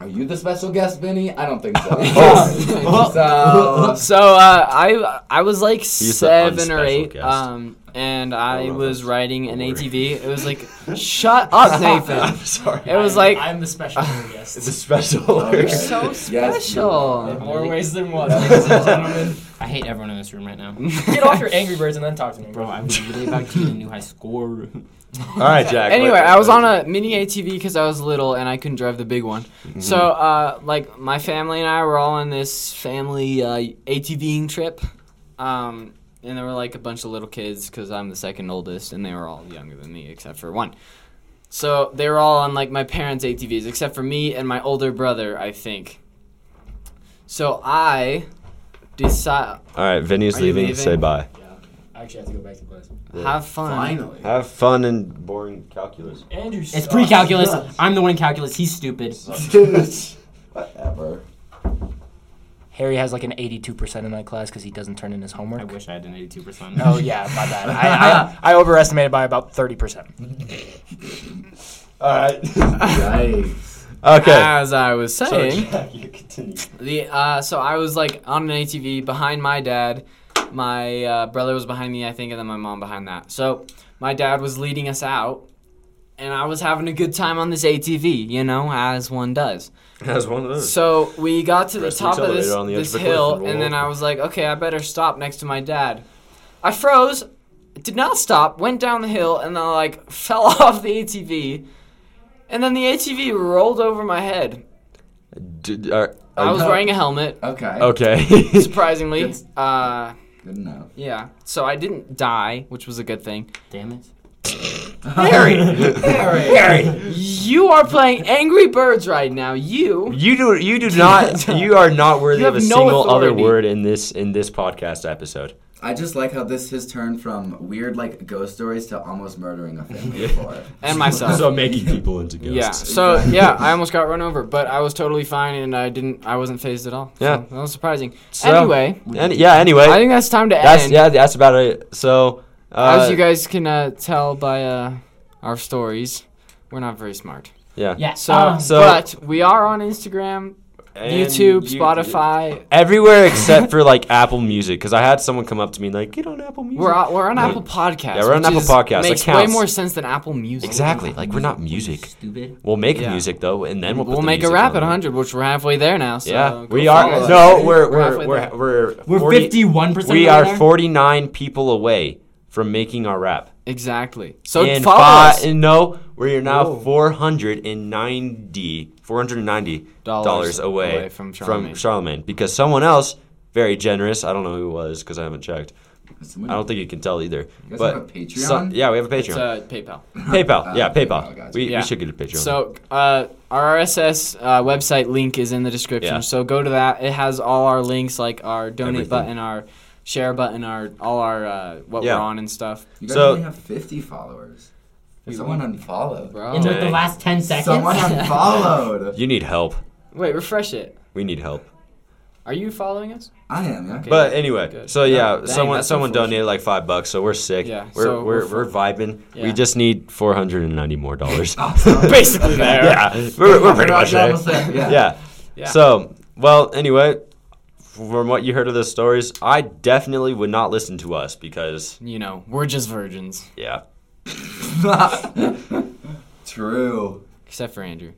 Speaker 4: Are you the special guest, Vinny? I don't think so.
Speaker 5: Oh.
Speaker 4: So-
Speaker 5: so uh, I I was like
Speaker 3: He's the
Speaker 5: seven or
Speaker 3: unspecial
Speaker 5: eight.
Speaker 3: guest.
Speaker 5: Um, and
Speaker 3: don't
Speaker 5: I
Speaker 3: know if
Speaker 5: was
Speaker 3: that's
Speaker 5: riding an
Speaker 3: a word.
Speaker 5: ATV. It was like, shut
Speaker 3: I'm
Speaker 5: up, Nathan.
Speaker 3: sorry.
Speaker 5: It was
Speaker 7: I'm-
Speaker 5: like
Speaker 7: I'm the special guest.
Speaker 3: It's a special.
Speaker 4: You're
Speaker 5: so
Speaker 4: Yes, you are.
Speaker 7: In
Speaker 5: special.
Speaker 7: more ways than one, ladies and gentlemen.
Speaker 2: I hate everyone in this room right now.
Speaker 7: Get off your Angry Birds and then talk to me,
Speaker 2: Bro,
Speaker 7: bro.
Speaker 2: I'm really about to get a new high score.
Speaker 3: All right, Jack.
Speaker 5: Anyway,
Speaker 3: what-
Speaker 5: I was
Speaker 3: what-
Speaker 5: on a mini ATV because I was little and I couldn't drive the big one. So, uh, like, my family and I were all on this family uh, ATVing trip. Um, and there were, like, a bunch of little kids because I'm the second oldest and they were all younger than me except for one. So, they were all on, like, my parents' ATVs except for me and my older brother, I think. So, I decide.
Speaker 3: All right, Vinny's
Speaker 5: Are you
Speaker 3: leaving.
Speaker 5: leaving?
Speaker 3: Say bye.
Speaker 7: I actually have to go back to class.
Speaker 5: Have fun.
Speaker 4: Finally.
Speaker 3: Have fun in boring calculus.
Speaker 7: Andrew,
Speaker 2: It's pre-calculus. I'm the one in calculus. He's stupid.
Speaker 4: Whatever.
Speaker 6: Harry has like an 82% in that class because he doesn't turn in his homework.
Speaker 2: I wish I had an 82%.
Speaker 6: Oh yeah, my bad. I, I, I overestimated by about thirty percent.
Speaker 3: All right.
Speaker 4: Yikes.
Speaker 3: okay.
Speaker 5: As I was
Speaker 3: So,
Speaker 5: saying.
Speaker 3: Jack, you continue.
Speaker 5: The uh, so I was like on an ATV behind my dad. My uh, brother was behind me, I think, and then my mom behind that. So my dad was leading us out, and I was having a good time on this ATV, you know, as one does.
Speaker 3: As one of those.
Speaker 5: So we got to the
Speaker 3: Press the
Speaker 5: top of this,
Speaker 3: accelerator on the edge
Speaker 5: this
Speaker 3: of a cliff
Speaker 5: hill,
Speaker 3: and
Speaker 5: and,
Speaker 3: roll
Speaker 5: then
Speaker 3: over.
Speaker 5: I was like, okay, I better stop next to my dad. I froze, did not stop, went down the hill, and then I like fell off the ATV, and then the ATV rolled over my head.
Speaker 3: D- are- are
Speaker 5: I was
Speaker 3: you-
Speaker 5: wearing a helmet.
Speaker 4: Okay.
Speaker 3: Oh. Okay.
Speaker 5: surprisingly.
Speaker 4: Good.
Speaker 5: Uh,
Speaker 4: Good enough.
Speaker 5: yeah. So I didn't die, which was a good thing.
Speaker 2: Damn it.
Speaker 5: You are playing Angry Birds right now. You.
Speaker 3: You do you do not you are not worthy
Speaker 5: You
Speaker 3: of a
Speaker 5: have no
Speaker 3: single other
Speaker 5: authority.
Speaker 3: word in this in this podcast episode.
Speaker 4: I just like how this has turned from weird like ghost stories to almost murdering a family before.
Speaker 5: And myself.
Speaker 3: So making people into
Speaker 5: yeah.
Speaker 3: ghosts.
Speaker 5: So yeah, I almost got run over, but I was totally fine, and I didn't. I wasn't phased at all. So
Speaker 3: Yeah.
Speaker 5: that was surprising.
Speaker 3: So-
Speaker 5: anyway,
Speaker 3: Any- yeah. Anyway,
Speaker 5: I think that's time to
Speaker 3: that's
Speaker 5: end.
Speaker 3: yeah. That's about it. So. Uh,
Speaker 5: As you guys can uh, tell by uh, our stories, we're not very smart.
Speaker 3: yeah.
Speaker 2: Yeah.
Speaker 5: So,
Speaker 2: um,
Speaker 3: Ah. So-
Speaker 5: but we are on Instagram,
Speaker 3: And
Speaker 5: YouTube,
Speaker 3: you-
Speaker 5: Spotify.
Speaker 3: Everywhere except for like Apple Music, because I had someone come up to me like, "Get on Apple Music."
Speaker 5: We're on, we're on
Speaker 3: Yeah.
Speaker 5: Apple Podcasts.
Speaker 3: Yeah, we're on
Speaker 5: which
Speaker 3: Apple
Speaker 5: is-
Speaker 3: Podcasts. That
Speaker 5: Makes way
Speaker 3: counts.
Speaker 5: more sense than Apple Music.
Speaker 3: exactly like we're not music.
Speaker 2: Stupid.
Speaker 3: We'll make
Speaker 5: Yeah.
Speaker 3: music though, and then we'll. put
Speaker 5: We'll
Speaker 3: the
Speaker 5: make a
Speaker 3: music
Speaker 5: wrap
Speaker 3: on
Speaker 5: at
Speaker 3: there.
Speaker 5: 100, which we're halfway there now. So
Speaker 3: Yeah,
Speaker 5: go
Speaker 3: we
Speaker 5: follow
Speaker 3: are.
Speaker 5: us.
Speaker 3: No, we're we're
Speaker 5: halfway
Speaker 3: we're
Speaker 5: there.
Speaker 3: we're,
Speaker 2: We're
Speaker 3: 40
Speaker 2: 51%.
Speaker 3: We
Speaker 2: over
Speaker 3: are
Speaker 2: there?
Speaker 3: 49 people away from making our wrap.
Speaker 5: Exactly. So
Speaker 3: in
Speaker 5: follow
Speaker 3: fi-
Speaker 5: us.
Speaker 3: in- no, we are now 490 490
Speaker 5: Dollars
Speaker 3: dollars, away,
Speaker 5: away
Speaker 3: from
Speaker 5: from Charlemagne.
Speaker 3: Charlemagne. because someone else very generous. I don't know who it was because I haven't checked. I don't think you can tell either.
Speaker 4: guys
Speaker 3: but
Speaker 4: have a Patreon?
Speaker 3: yeah, we have a Patreon.
Speaker 5: It's uh, PayPal.
Speaker 3: PayPal. yeah, PayPal.
Speaker 4: PayPal, gotcha.
Speaker 3: we,
Speaker 5: Yeah.
Speaker 3: we should get a Patreon.
Speaker 5: So uh, our RSS uh, website link is in the description.
Speaker 3: Yeah.
Speaker 5: So go to that. It has all our links, like our donate
Speaker 3: Everything.
Speaker 5: button, our share button, our all our uh, what
Speaker 3: Yeah.
Speaker 5: we're on and stuff.
Speaker 4: You guys
Speaker 3: So-
Speaker 4: only have 50 followers. Someone unfollowed.
Speaker 5: Bro.
Speaker 2: In like the
Speaker 3: Dang.
Speaker 2: last 10 seconds.
Speaker 4: Someone unfollowed.
Speaker 3: you need help.
Speaker 5: Wait, refresh it.
Speaker 3: We need help.
Speaker 5: Are you following us?
Speaker 4: I am, yeah.
Speaker 3: But anyway,
Speaker 5: Good.
Speaker 3: so yeah,
Speaker 5: dang,
Speaker 3: someone
Speaker 5: that's
Speaker 3: someone
Speaker 5: unfortunate.
Speaker 3: donated like five bucks, so we're sick.
Speaker 5: Yeah,
Speaker 3: we're,
Speaker 5: so
Speaker 3: we're,
Speaker 5: we're
Speaker 3: we're vibing.
Speaker 5: Yeah.
Speaker 3: We just need four hundred and ninety more dollars.
Speaker 5: Basically there.
Speaker 3: yeah, we're, we're pretty much there.
Speaker 4: Almost there, Yeah.
Speaker 3: yeah.
Speaker 5: Yeah.
Speaker 3: So, well, anyway, from what you heard of the stories, I definitely would not listen to us because,
Speaker 5: You know, we're just virgins,
Speaker 3: yeah.
Speaker 4: True.
Speaker 5: except for Andrew.